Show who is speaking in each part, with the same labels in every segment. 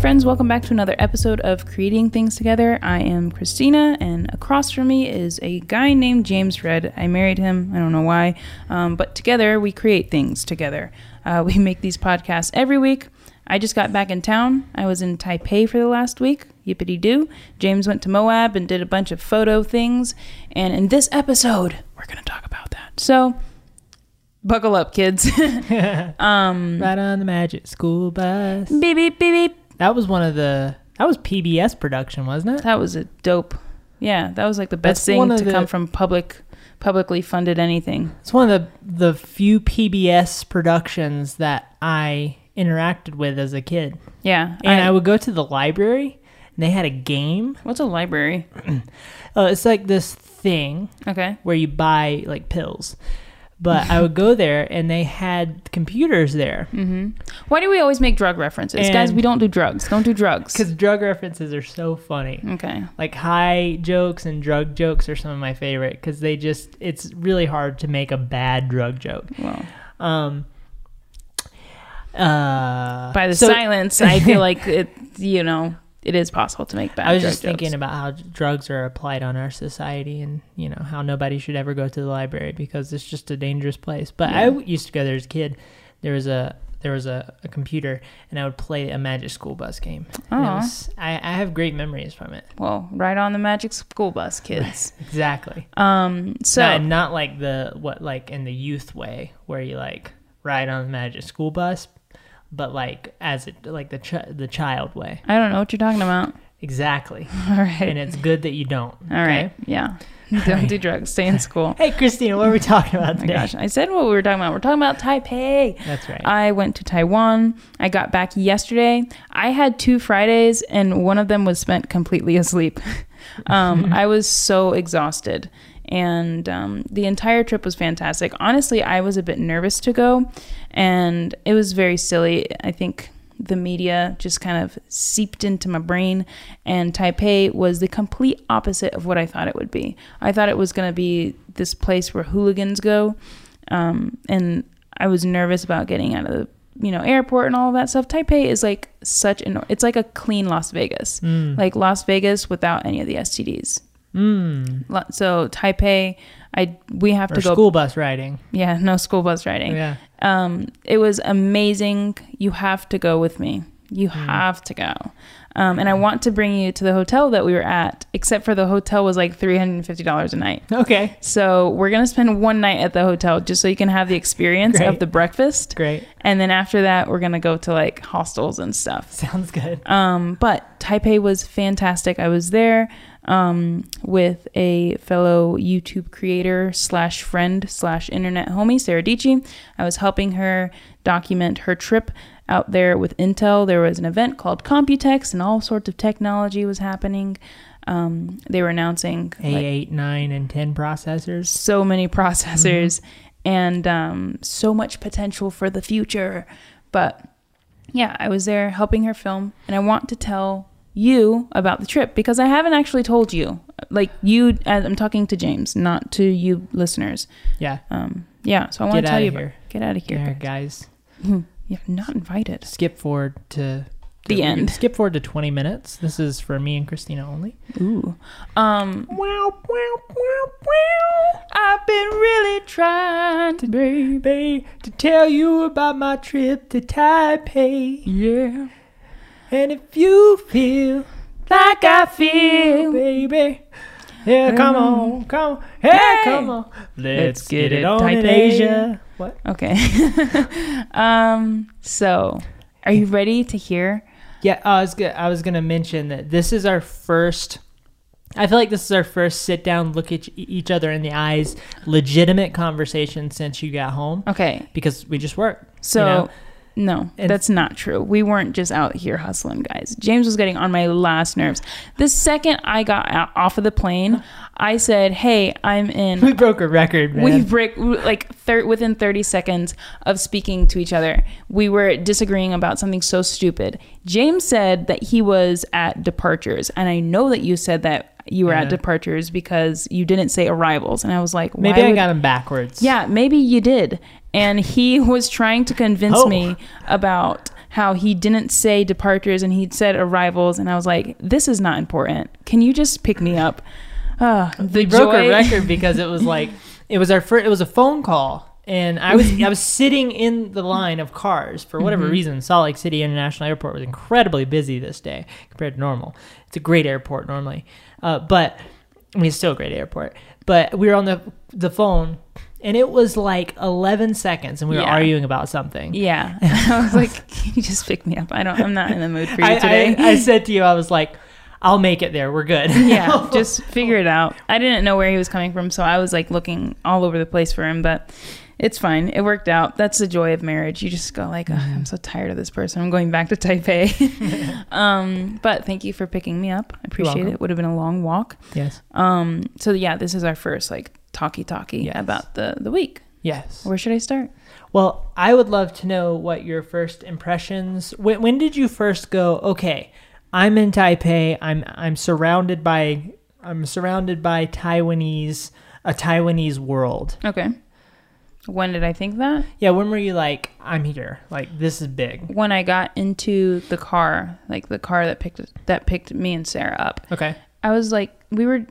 Speaker 1: friends, welcome back to another episode of Creating Things Together. I am Christina, and across from me is a guy named James Red. I married him, I don't know why, um, but together we create things together. Uh, we make these podcasts every week. I just got back in town. I was in Taipei for the last week. Yippity doo. James went to Moab and did a bunch of photo things. And in this episode, we're going to talk about that. So, buckle up, kids.
Speaker 2: Right on the Magic School Bus.
Speaker 1: beep, beep, beep, beep.
Speaker 2: That was one of the. That was PBS production, wasn't it?
Speaker 1: That was a dope. Yeah, that was like the best
Speaker 2: That's
Speaker 1: thing
Speaker 2: one of
Speaker 1: to
Speaker 2: the-
Speaker 1: come from public, publicly funded anything.
Speaker 2: It's one of the the few PBS productions that I interacted with as a kid.
Speaker 1: Yeah,
Speaker 2: And
Speaker 1: I-
Speaker 2: I, would go to the library, and they had a game.
Speaker 1: what's a library?
Speaker 2: Oh, it's like this thing
Speaker 1: Okay,
Speaker 2: where you buy like pills. But I would go there, and they had computers there
Speaker 1: why do we always make drug references, guys?
Speaker 2: And-
Speaker 1: We don't do drugs. Don't do drugs.
Speaker 2: because drug references are so funny.
Speaker 1: Okay,
Speaker 2: like high jokes and drug jokes are some of my favorite because they just it's really hard to make a bad drug joke
Speaker 1: well,
Speaker 2: um uh
Speaker 1: by the
Speaker 2: so
Speaker 1: silence, I feel like it. You know, it is possible to make bad.
Speaker 2: i was
Speaker 1: drug
Speaker 2: just thinking
Speaker 1: jokes.
Speaker 2: about how drugs are applied on our society and you know how nobody should ever go to the library because it's just a dangerous place but i w- used to go there as a kid there was a there was a, a computer and i would play a magic school bus game and it
Speaker 1: Aw.
Speaker 2: was, I, I have great memories from it
Speaker 1: Well, right on the magic school bus, kids.
Speaker 2: exactly
Speaker 1: Um, so
Speaker 2: No, and not like the what like in the youth way where you like ride on the magic school bus, but like as it like the ch- the child way.
Speaker 1: I don't know what you're talking about.
Speaker 2: Exactly.
Speaker 1: All right,
Speaker 2: and it's good that you don't.
Speaker 1: all right, yeah. Don't do drugs. Stay in school.
Speaker 2: Hey Christina, what are we talking about
Speaker 1: Oh
Speaker 2: today?
Speaker 1: my gosh, I said what we were talking about. We're talking about Taipei.
Speaker 2: That's right.
Speaker 1: I went to Taiwan. I got back yesterday. I had two Fridays, and one of them was spent completely asleep. um, I was so exhausted, and um, the entire trip was fantastic. Honestly, I was a bit nervous to go, and it was very silly. I think the media just kind of seeped into my brain and Taipei was the complete opposite of what I thought it would be. I thought it was going to be this place where hooligans go um, and I was nervous about getting out of the you know airport and all that stuff. Taipei is like such an it's like a clean Las Vegas, like Las Vegas without any of the STDs.
Speaker 2: mm,
Speaker 1: Lo- So Taipei, I we have
Speaker 2: or
Speaker 1: to go.
Speaker 2: school bus riding.
Speaker 1: Yeah, no school bus riding.
Speaker 2: Yeah.
Speaker 1: Um, it was amazing. You have to go with me. You
Speaker 2: Mm.
Speaker 1: have to go. Um, and I want to bring you to the hotel that we were at, except for the hotel was like three hundred and fifty dollars a night.
Speaker 2: Okay.
Speaker 1: So we're gonna spend one night at the hotel just so you can have the experience of
Speaker 2: Great.
Speaker 1: the breakfast,
Speaker 2: Great.
Speaker 1: and then after that we're gonna go to like hostels and stuff.
Speaker 2: Sounds good.
Speaker 1: Um, but Taipei was fantastic. I was there um, with a fellow YouTube creator slash friend slash internet homie, Sarah Dici. I was helping her document her trip out there with Intel. There was an event called Computex, and all sorts of technology was happening. Um, they were announcing
Speaker 2: A
Speaker 1: like,
Speaker 2: eight, nine, and ten processors.
Speaker 1: so many processors
Speaker 2: Mm-hmm.
Speaker 1: and um, so much potential for the future. But yeah, I was there helping her film, and I want to tell you about the trip because I haven't actually told you. Like you, as I'm talking to James, not to you listeners.
Speaker 2: Yeah.
Speaker 1: Um, yeah, so I want
Speaker 2: Get
Speaker 1: to tell
Speaker 2: outta
Speaker 1: you. about-
Speaker 2: here.
Speaker 1: get out of here.
Speaker 2: Yeah, guys.
Speaker 1: You're not invited.
Speaker 2: Skip forward to
Speaker 1: The end.
Speaker 2: Skip forward to twenty minutes. This is for me and Christina only.
Speaker 1: Ooh. Um,
Speaker 2: Wow, wow, wow, wow.
Speaker 1: I've been really trying to.
Speaker 2: Baby, to tell you about my trip to Taipei.
Speaker 1: Yeah.
Speaker 2: And if you feel,
Speaker 1: Like I feel.
Speaker 2: baby, yeah, come on, come on, yeah, come on. Let's, get, it on in
Speaker 1: Taipei.
Speaker 2: Asia. What?
Speaker 1: Okay. um, so are you ready to hear?
Speaker 2: Yeah, I was gonna, I was gonna mention that this is our first. I feel like this is our first sit down, look at e-, each other in the eyes, legitimate conversation since you got home
Speaker 1: Okay.
Speaker 2: because we just work.
Speaker 1: So
Speaker 2: know?
Speaker 1: no,
Speaker 2: And-
Speaker 1: that's not true. We weren't just out here hustling, guys. James was getting on my last nerves. The second I got out, off of the plane, I said, "Hey, I'm in
Speaker 2: We broke a record, man.
Speaker 1: we break like thir- within 30 seconds of speaking to each other we were disagreeing about something so stupid james said that he was at departures and i know that you said that you were at
Speaker 2: Yeah.
Speaker 1: departures because you didn't say arrivals and i was like
Speaker 2: Maybe
Speaker 1: why
Speaker 2: I
Speaker 1: would-
Speaker 2: got him backwards.
Speaker 1: yeah maybe you did and he was trying to convince
Speaker 2: Oh.
Speaker 1: me about how he didn't say departures and he said arrivals, and I was like, this is not important. Can you just pick me up? Uh, the
Speaker 2: we broke
Speaker 1: joy-
Speaker 2: a record because it was like it was our first, it was a phone call and I was I was sitting in the line of cars for whatever
Speaker 1: Mm-hmm.
Speaker 2: reason. Salt Lake City International Airport was incredibly busy this day compared to normal. It's a great airport normally, uh, but I mean it's still a great airport. But we were on the the phone and it was like 11 seconds and we were
Speaker 1: Yeah.
Speaker 2: arguing about something.
Speaker 1: Yeah, I was like, can you just pick me up? I don't. I'm not in the mood for you
Speaker 2: I,
Speaker 1: today.
Speaker 2: I, I said to you, I was like, I'll make it there. We're good.
Speaker 1: yeah, just figure it out. I didn't know where he was coming from, so I was like looking all over the place for him, but it's fine. It worked out. That's the joy of marriage. You just go like, "Ugh, I'm so tired of this person. I'm going back to Taipei. um, but thank you for picking me up. I appreciate
Speaker 2: welcome.
Speaker 1: it. Would have been a long walk.
Speaker 2: yes.
Speaker 1: Um, so yeah, this is our first like talkie talkie
Speaker 2: Yes.
Speaker 1: about the the week.
Speaker 2: Yes.
Speaker 1: Where should I start?
Speaker 2: Well, I would love to know what your first impressions. When, when did you first go? Okay, I'm in Taipei. I'm I'm surrounded by I'm surrounded by Taiwanese a Taiwanese world.
Speaker 1: Okay. When did I think that?
Speaker 2: Yeah, when were you like I'm here? Like this is big.
Speaker 1: When I got into the car, like the car that picked that picked me and Sarah up.
Speaker 2: Okay.
Speaker 1: I was like, we were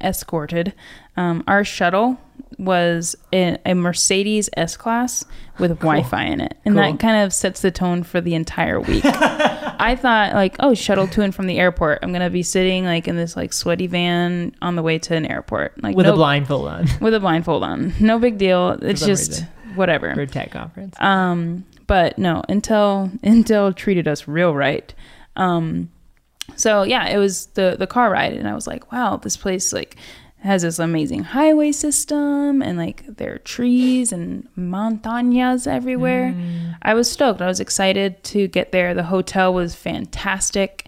Speaker 1: escorted. Um, our shuttle was a, a Mercedes S class with Wi Fi in it. And
Speaker 2: Cool.
Speaker 1: that kind of sets the tone for the entire week. I thought, like, oh, shuttle to and from the airport. I'm going to be sitting, like, in this, like, sweaty van on the way to an airport. Like,
Speaker 2: With
Speaker 1: no,
Speaker 2: a blindfold on
Speaker 1: with a blindfold on. No big deal. It's
Speaker 2: some
Speaker 1: just
Speaker 2: reason.
Speaker 1: whatever.
Speaker 2: for a tech conference.
Speaker 1: Um, but no, Intel Intel treated us real right. Um, so yeah, it was the the car ride, and I was like, wow, this place like has this amazing highway system, and like there are trees and montañas everywhere.
Speaker 2: Mm.
Speaker 1: I was stoked. I was excited to get there. The hotel was fantastic.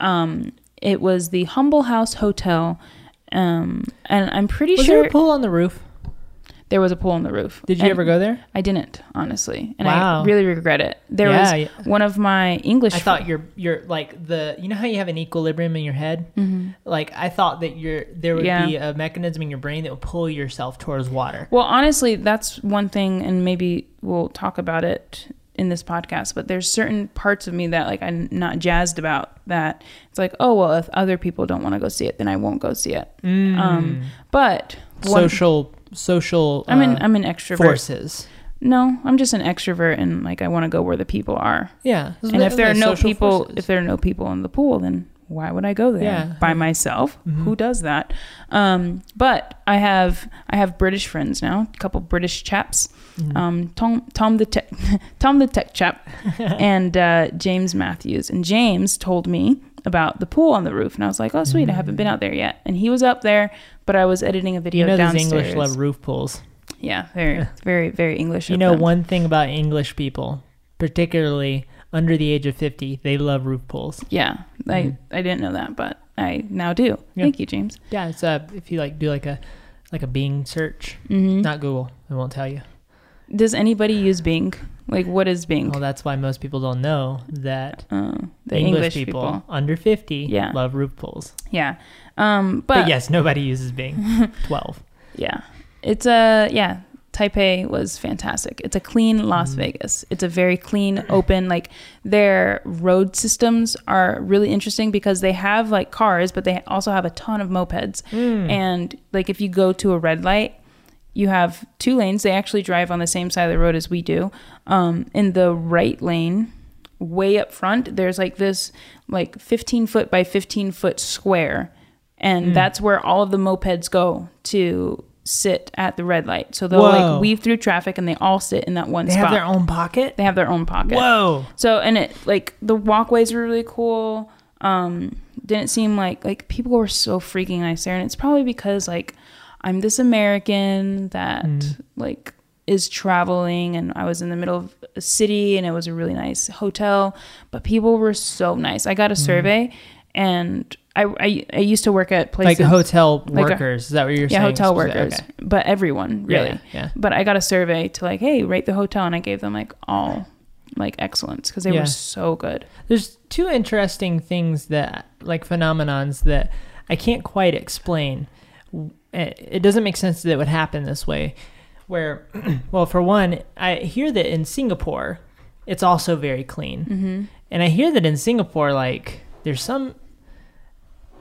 Speaker 1: Um, it was the Humble House Hotel. Um, and I'm pretty
Speaker 2: Was
Speaker 1: sure
Speaker 2: there a pool on the roof?
Speaker 1: there was a pool on the roof.
Speaker 2: Did you
Speaker 1: And-
Speaker 2: ever go there?
Speaker 1: I didn't, honestly. And
Speaker 2: Wow.
Speaker 1: I really regret it. There
Speaker 2: Yeah,
Speaker 1: was
Speaker 2: yeah.
Speaker 1: one of my English
Speaker 2: I thought your your like the you know how you have an equilibrium in your head. Like I thought that your there would
Speaker 1: Mm-hmm. Yeah.
Speaker 2: be a mechanism in your brain that would pull yourself towards water.
Speaker 1: Well, honestly, that's one thing and maybe we'll talk about it in this podcast, but there's certain parts of me that like I'm not jazzed about that. It's like, oh, well, if other people don't want to go see it, then I won't go see it.
Speaker 2: Mm.
Speaker 1: Um, but one,
Speaker 2: social social
Speaker 1: I'm an
Speaker 2: uh,
Speaker 1: I'm an extrovert.
Speaker 2: forces.
Speaker 1: No, I'm just an extrovert and like I want to go where the people are.
Speaker 2: Yeah,
Speaker 1: And if there are no people, if there are no people in the pool, then why would I go there
Speaker 2: Yeah. Mm-hmm.
Speaker 1: by myself? Who does that? Um, but I have I have British friends now, a couple British chaps,
Speaker 2: Mm-hmm.
Speaker 1: um, Tom Tom the tech Tom the tech chap, and uh, James Matthews. And James told me about the pool on the roof, and I was like, oh
Speaker 2: Mm-hmm.
Speaker 1: sweet, I haven't been out there yet. And he was up there, but I was editing a video
Speaker 2: you know these
Speaker 1: downstairs.
Speaker 2: English love roof pools.
Speaker 1: Yeah, very very very English.
Speaker 2: You
Speaker 1: of
Speaker 2: know
Speaker 1: them.
Speaker 2: one thing about English people, particularly under the age of fifty, they love roof pools.
Speaker 1: Yeah, I I didn't know that, but I now do.
Speaker 2: Mm-hmm. Yeah.
Speaker 1: Thank you, James.
Speaker 2: Yeah, it's uh, if you like do like a like a Bing search,
Speaker 1: Mm-hmm.
Speaker 2: not Google, it won't tell you.
Speaker 1: Does anybody use Bing? Like, what is Bing?
Speaker 2: Well, that's why most people don't know that
Speaker 1: Uh, the
Speaker 2: English, people, under fifty
Speaker 1: Yeah.
Speaker 2: love roof pools.
Speaker 1: Yeah. Um,
Speaker 2: But,
Speaker 1: but, yeah,
Speaker 2: yes, nobody uses Bing. Twelve.
Speaker 1: yeah, it's a yeah. Taipei was fantastic. It's a clean
Speaker 2: Mm-hmm.
Speaker 1: Las Vegas. It's a very clean, open. Like their road systems are really interesting because they have like cars, but they also have a ton of mopeds.
Speaker 2: Hmm.
Speaker 1: And like if you go to a red light, you have two lanes. They actually drive on the same side of the road as we do. Um, in the right lane, way up front, there's like this like 15 foot by 15 foot square, and
Speaker 2: Hmm.
Speaker 1: that's where all of the mopeds go to sit at the red light. So they'll
Speaker 2: Whoa.
Speaker 1: like weave through traffic, and they all sit in that one
Speaker 2: They
Speaker 1: spot.
Speaker 2: have their own pocket.
Speaker 1: they have their own pocket.
Speaker 2: Whoa.
Speaker 1: So and it like the walkways were really cool. Um, didn't seem like like people were so freaking nice there, and it's probably because like I'm this American that
Speaker 2: Mm-hmm.
Speaker 1: like is traveling, and I was in the middle of a city, and it was a really nice hotel, but people were so nice. I
Speaker 2: Mm-hmm.
Speaker 1: got a survey, and I I, I used to work at
Speaker 2: Like
Speaker 1: places
Speaker 2: hotel
Speaker 1: like a-
Speaker 2: workers. is that what you're
Speaker 1: yeah
Speaker 2: saying?
Speaker 1: hotel
Speaker 2: specifically?
Speaker 1: workers,
Speaker 2: Okay.
Speaker 1: but everyone
Speaker 2: Yeah,
Speaker 1: really.
Speaker 2: Yeah. yeah.
Speaker 1: But I got a survey to like, hey, rate the hotel, and I gave them like all like excellence because they
Speaker 2: Yeah.
Speaker 1: were so good.
Speaker 2: There's two interesting things that, like phenomenons, that I can't quite explain. W- It it doesn't make sense that it would happen this way. Where, well, for one, I hear that in Singapore, it's also very clean.
Speaker 1: Mm-hmm.
Speaker 2: And I hear that in Singapore, like there's some.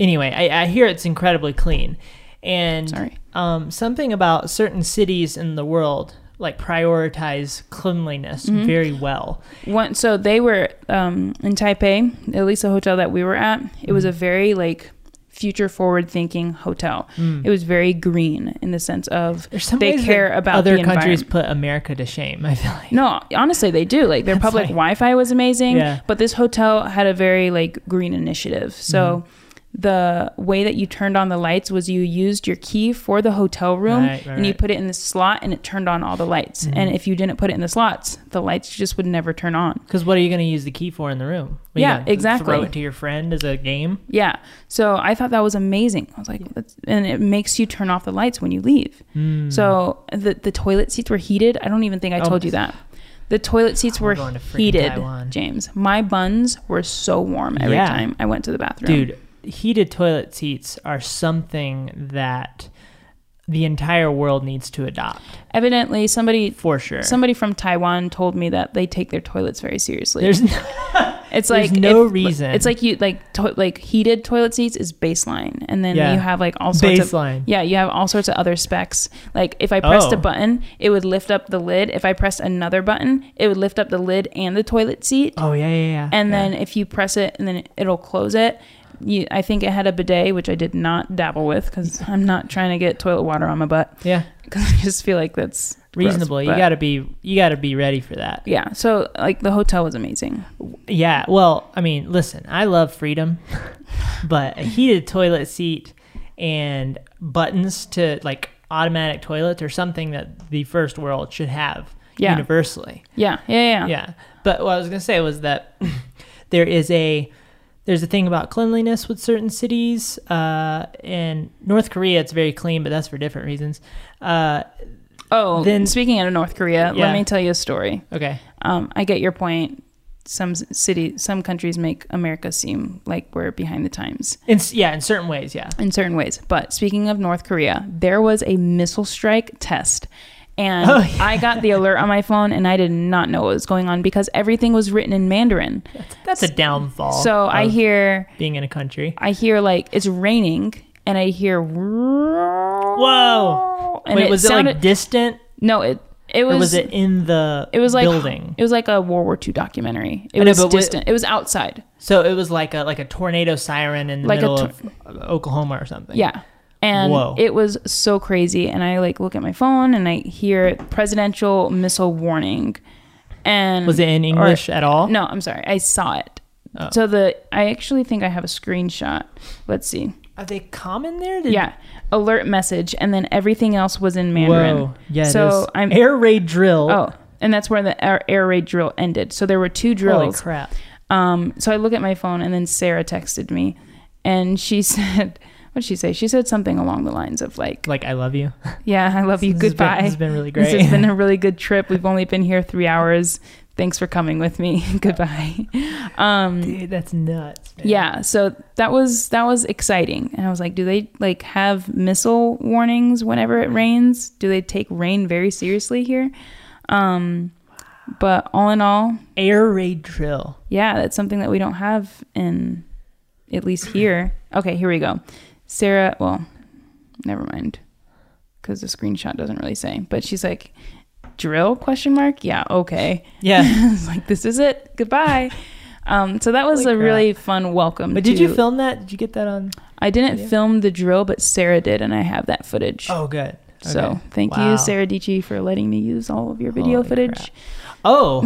Speaker 2: Anyway, I, I hear it's incredibly clean, and
Speaker 1: Sorry.
Speaker 2: um, something about certain cities in the world like prioritize cleanliness
Speaker 1: Mm-hmm.
Speaker 2: very well.
Speaker 1: One, so they were um, in Taipei, at least the hotel that we were at. It
Speaker 2: Mm.
Speaker 1: was a very like future forward thinking hotel.
Speaker 2: Mm.
Speaker 1: It was very green in the sense of
Speaker 2: There's some
Speaker 1: they
Speaker 2: ways
Speaker 1: care
Speaker 2: that
Speaker 1: about
Speaker 2: other
Speaker 1: the
Speaker 2: countries
Speaker 1: environment. Mm.
Speaker 2: put America to shame. I feel like
Speaker 1: No, honestly, they do. Like their
Speaker 2: That's
Speaker 1: public
Speaker 2: like-
Speaker 1: Wi-Fi was amazing,
Speaker 2: Yeah.
Speaker 1: but this hotel had a very like green initiative. So
Speaker 2: Mm-hmm.
Speaker 1: the way that you turned on the lights was you used your key for the hotel room
Speaker 2: Right, right,
Speaker 1: and you
Speaker 2: right. Mm-hmm.
Speaker 1: put it in the slot and it turned on all the lights. And if you didn't put it in the slots, the lights just would never turn on.
Speaker 2: because what are you going to use the key for in the room? What, you
Speaker 1: Yeah,
Speaker 2: gonna Throw
Speaker 1: exactly.
Speaker 2: it to your friend as a game.
Speaker 1: Yeah. So I thought that was amazing. I was like, That's, and it makes you turn off the lights when you leave. So the, the toilet seats were heated. I don't even think I
Speaker 2: Hmm. Oh.
Speaker 1: told you that. The toilet seats
Speaker 2: We're
Speaker 1: were
Speaker 2: going to freaking
Speaker 1: heated,
Speaker 2: Taiwan.
Speaker 1: James. My buns were so warm every
Speaker 2: Yeah.
Speaker 1: time I went to the bathroom.
Speaker 2: Dude, heated toilet seats are something that the entire world needs to adopt
Speaker 1: Evidently, somebody.
Speaker 2: for sure.
Speaker 1: Somebody from Taiwan told me that they take their toilets very seriously.
Speaker 2: There's
Speaker 1: it's
Speaker 2: there's
Speaker 1: like
Speaker 2: no reason.
Speaker 1: It's like you like to, like heated toilet seats is baseline, and then
Speaker 2: Yeah.
Speaker 1: you have like all sorts of
Speaker 2: baseline.
Speaker 1: Yeah, you have all sorts of other specs. Like if I pressed
Speaker 2: Oh.
Speaker 1: a button, it would lift up the lid. If I pressed another button, it would lift up the lid and the toilet seat.
Speaker 2: Oh yeah, yeah, yeah.
Speaker 1: and
Speaker 2: Yeah.
Speaker 1: then if you press it, and then it'll close it. You, I think it had a bidet, which I did not dabble with because I'm not trying to get toilet water on my butt
Speaker 2: yeah,
Speaker 1: because I just feel like that's gross,
Speaker 2: reasonable. you
Speaker 1: but-
Speaker 2: got to be you got to be ready for that.
Speaker 1: yeah. So like the hotel was amazing.
Speaker 2: Yeah. Well, I mean, listen, I love freedom, but a heated toilet seat and buttons to like automatic toilets are something that the first world should have
Speaker 1: Yeah.
Speaker 2: universally.
Speaker 1: Yeah, yeah, yeah.
Speaker 2: yeah but what i was going to say was that there is a there's a thing about cleanliness with certain cities uh in north korea it's very clean but that's for different reasons uh
Speaker 1: Oh,
Speaker 2: Then-
Speaker 1: then speaking out of North Korea,
Speaker 2: Yeah.
Speaker 1: let me tell you a story.
Speaker 2: okay
Speaker 1: um, I get your point. Some s- city, some countries make America seem like we're behind the times
Speaker 2: in, s- yeah in certain ways yeah
Speaker 1: in certain ways. But speaking of North Korea, there was a missile strike test. And
Speaker 2: Oh, yeah.
Speaker 1: I got the alert on my phone and I did not know what was going on because everything was written in Mandarin.
Speaker 2: that's a Oh. downfall
Speaker 1: So I
Speaker 2: of
Speaker 1: hear
Speaker 2: being in a country
Speaker 1: I hear like it's raining and I hear
Speaker 2: Whoa.
Speaker 1: whoa and
Speaker 2: Wait,
Speaker 1: it
Speaker 2: was
Speaker 1: sounded
Speaker 2: it like distant
Speaker 1: no it it
Speaker 2: or
Speaker 1: was,
Speaker 2: was, it in the
Speaker 1: it was like
Speaker 2: building
Speaker 1: it was like a World War II documentary. It
Speaker 2: I know,
Speaker 1: was
Speaker 2: but what-
Speaker 1: distant. it was outside.
Speaker 2: so it was like a like a tornado siren in the
Speaker 1: Like a
Speaker 2: middle
Speaker 1: tor-
Speaker 2: of uh, oklahoma or something
Speaker 1: Yeah. And
Speaker 2: Whoa.
Speaker 1: it was so crazy. And I like look at my phone and I hear presidential missile warning. And
Speaker 2: was it in english at all
Speaker 1: No, I'm sorry. I saw it.
Speaker 2: Oh.
Speaker 1: So the I actually think I have a screenshot. Let's see.
Speaker 2: are they common there Did-
Speaker 1: Yeah. Alert message and then everything else was in Mandarin.
Speaker 2: Whoa. Yeah.
Speaker 1: So
Speaker 2: So
Speaker 1: I'm
Speaker 2: air raid drill.
Speaker 1: Oh, and that's where the air, air raid drill ended. So there were two
Speaker 2: holy
Speaker 1: drills.
Speaker 2: crap!
Speaker 1: Um, so I look at my phone, and then Sarah texted me, and she said, "What'd she say?" She said something along the lines of like,
Speaker 2: Like I love you.
Speaker 1: "Yeah, I love you.
Speaker 2: This has been-
Speaker 1: Goodbye.
Speaker 2: this has been really
Speaker 1: This
Speaker 2: great."
Speaker 1: has been a really good trip. We've only been here three hours. Thanks for coming with me. Goodbye." Um,
Speaker 2: Dude, that's nuts. man.
Speaker 1: yeah, so that was that was exciting, and I was like, "Do they like have missile warnings whenever it rains? Do they take rain very seriously here?" Um, but all in all,
Speaker 2: Air raid drill.
Speaker 1: yeah, that's something that we don't have in at least here. Okay, here we go. Sarah, well, never mind cuz the screenshot doesn't really say, but she's like drill question mark? Yeah, okay.
Speaker 2: Yeah.
Speaker 1: I was like this is it. Goodbye. Um, so that was
Speaker 2: Holy
Speaker 1: a
Speaker 2: crap.
Speaker 1: really fun welcome.
Speaker 2: But did you
Speaker 1: to-
Speaker 2: film that? Did you get that on?
Speaker 1: I didn't
Speaker 2: video?
Speaker 1: film the drill, but Sarah did, and I have that footage.
Speaker 2: Oh, good.
Speaker 1: So
Speaker 2: Okay.
Speaker 1: thank
Speaker 2: Wow.
Speaker 1: you, Sarah Dici, for letting me use all of your video
Speaker 2: Holy
Speaker 1: footage.
Speaker 2: crap. Oh,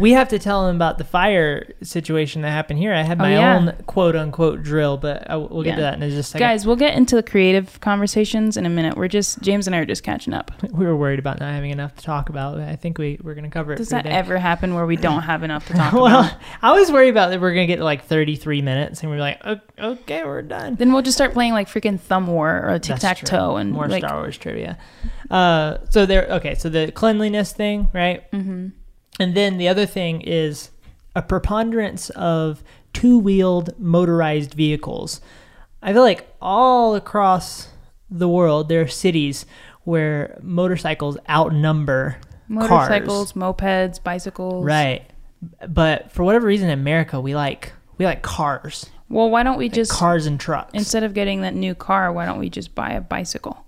Speaker 2: we have to tell them about the fire situation that happened here. I had
Speaker 1: Oh,
Speaker 2: my
Speaker 1: yeah.
Speaker 2: own quote unquote drill, but I, we'll get to
Speaker 1: Yeah.
Speaker 2: that in just a second.
Speaker 1: Guys, we'll get into the creative conversations in a minute. We're just James and I are just catching up.
Speaker 2: we were worried about not having enough to talk about. but I think we we're gonna cover it.
Speaker 1: Does
Speaker 2: for
Speaker 1: that
Speaker 2: today.
Speaker 1: ever happen where we don't have enough to talk about?
Speaker 2: Well, I always worry about that we're gonna get like 33 minutes and we're like, "O- okay, we're done.
Speaker 1: Then we'll just start playing like freaking Thumb War or Tic Tac
Speaker 2: That's
Speaker 1: Toe
Speaker 2: true.
Speaker 1: and
Speaker 2: more
Speaker 1: like,
Speaker 2: Star Wars trivia. Uh, so there, okay. So the cleanliness thing, right?
Speaker 1: Mhm.
Speaker 2: And then the other thing is a preponderance of two-wheeled motorized vehicles. I feel like all across the world there are cities where motorcycles outnumber cars.
Speaker 1: motorcycles, mopeds, bicycles.
Speaker 2: Right. But for whatever reason, in America, we like we like cars,
Speaker 1: Well, why don't we
Speaker 2: Like
Speaker 1: just
Speaker 2: cars and trucks.
Speaker 1: instead of getting that new car, why don't we just buy a bicycle?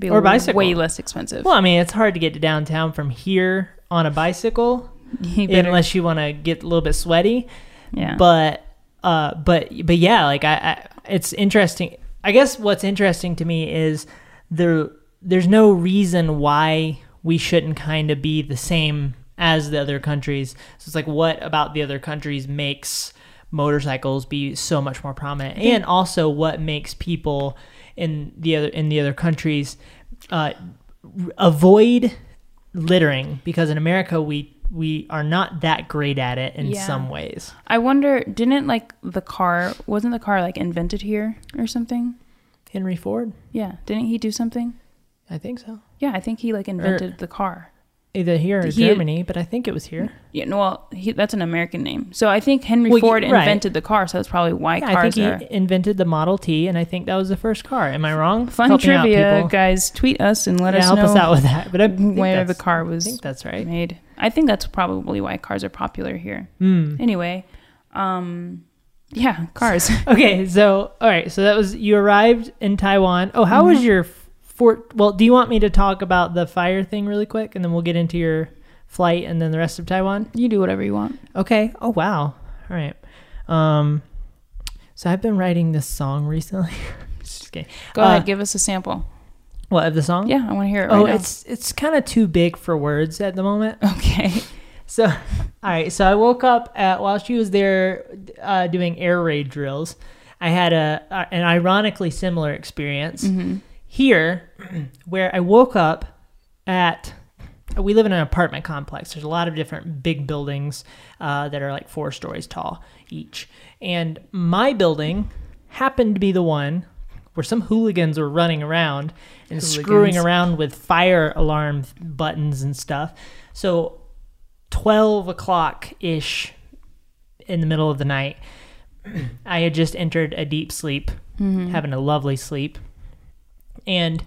Speaker 1: Be
Speaker 2: Or bicycle.
Speaker 1: way less expensive.
Speaker 2: well, I mean, it's hard to get to downtown from here on a bicycle
Speaker 1: You better-
Speaker 2: unless you want to get a little bit sweaty.
Speaker 1: yeah.
Speaker 2: but uh but but yeah like I, I it's interesting i guess what's interesting to me is there there's no reason why we shouldn't kind of be the same as the other countries so it's like what about the other countries makes motorcycles be so much more prominent and also what makes people in the other in the other countries uh, r- avoid littering because in america we we are not that great at it in
Speaker 1: Yeah.
Speaker 2: some ways
Speaker 1: I wonder, didn't like the car, wasn't the car like invented here or something?
Speaker 2: Henry Ford?
Speaker 1: Yeah. Didn't he do something?
Speaker 2: I think so.
Speaker 1: Yeah, I think he
Speaker 2: Er
Speaker 1: like invented the car.
Speaker 2: Either here or
Speaker 1: He-
Speaker 2: Germany, but I think it was here.
Speaker 1: Yeah, no, well, he, that's an American name. So I think Henry
Speaker 2: Well, y-
Speaker 1: Ford
Speaker 2: right.
Speaker 1: invented the car, so that's probably why
Speaker 2: Yeah, I
Speaker 1: cars
Speaker 2: think he
Speaker 1: are.
Speaker 2: invented the Model T, and I think that was the first car. Am I wrong?
Speaker 1: Fun
Speaker 2: Helping out
Speaker 1: trivia,
Speaker 2: people.
Speaker 1: guys. Tweet us and let
Speaker 2: Yeah,
Speaker 1: us
Speaker 2: help
Speaker 1: know
Speaker 2: us out with that. But I think
Speaker 1: where the
Speaker 2: that's-
Speaker 1: car
Speaker 2: I
Speaker 1: was
Speaker 2: think that's right.
Speaker 1: made. I think that's probably why cars are popular here.
Speaker 2: Hmm.
Speaker 1: Anyway, um, yeah, cars.
Speaker 2: Okay, so all right, so that was you arrived in Taiwan. Oh, how
Speaker 1: Mm-hmm.
Speaker 2: was your f- fort? Well, do you want me to talk about the fire thing really quick, and then we'll get into your flight and then the rest of Taiwan?
Speaker 1: you do whatever you want.
Speaker 2: Okay. Oh wow. All right. Um, so I've been writing this song recently. Just kidding.
Speaker 1: Go
Speaker 2: Uh,
Speaker 1: ahead, give us a sample.
Speaker 2: What of the song?
Speaker 1: Yeah, I want to hear it. Right
Speaker 2: Oh,
Speaker 1: now.
Speaker 2: it's it's kind of too big for words at the moment.
Speaker 1: okay.
Speaker 2: So, all right. So I woke up at, while she was there uh, doing air raid drills. I had a uh, an ironically similar experience here, where I woke up at. We live in an apartment complex. There's a lot of different big buildings uh, that are like four stories tall each, and my building happened to be the one where some hooligans were running around and screwing
Speaker 1: Hooligans.
Speaker 2: around with fire alarm buttons and stuff. So 12 o'clock ish in the middle of the night. I had just entered a deep sleep,
Speaker 1: Mm-hmm.
Speaker 2: having a lovely sleep. And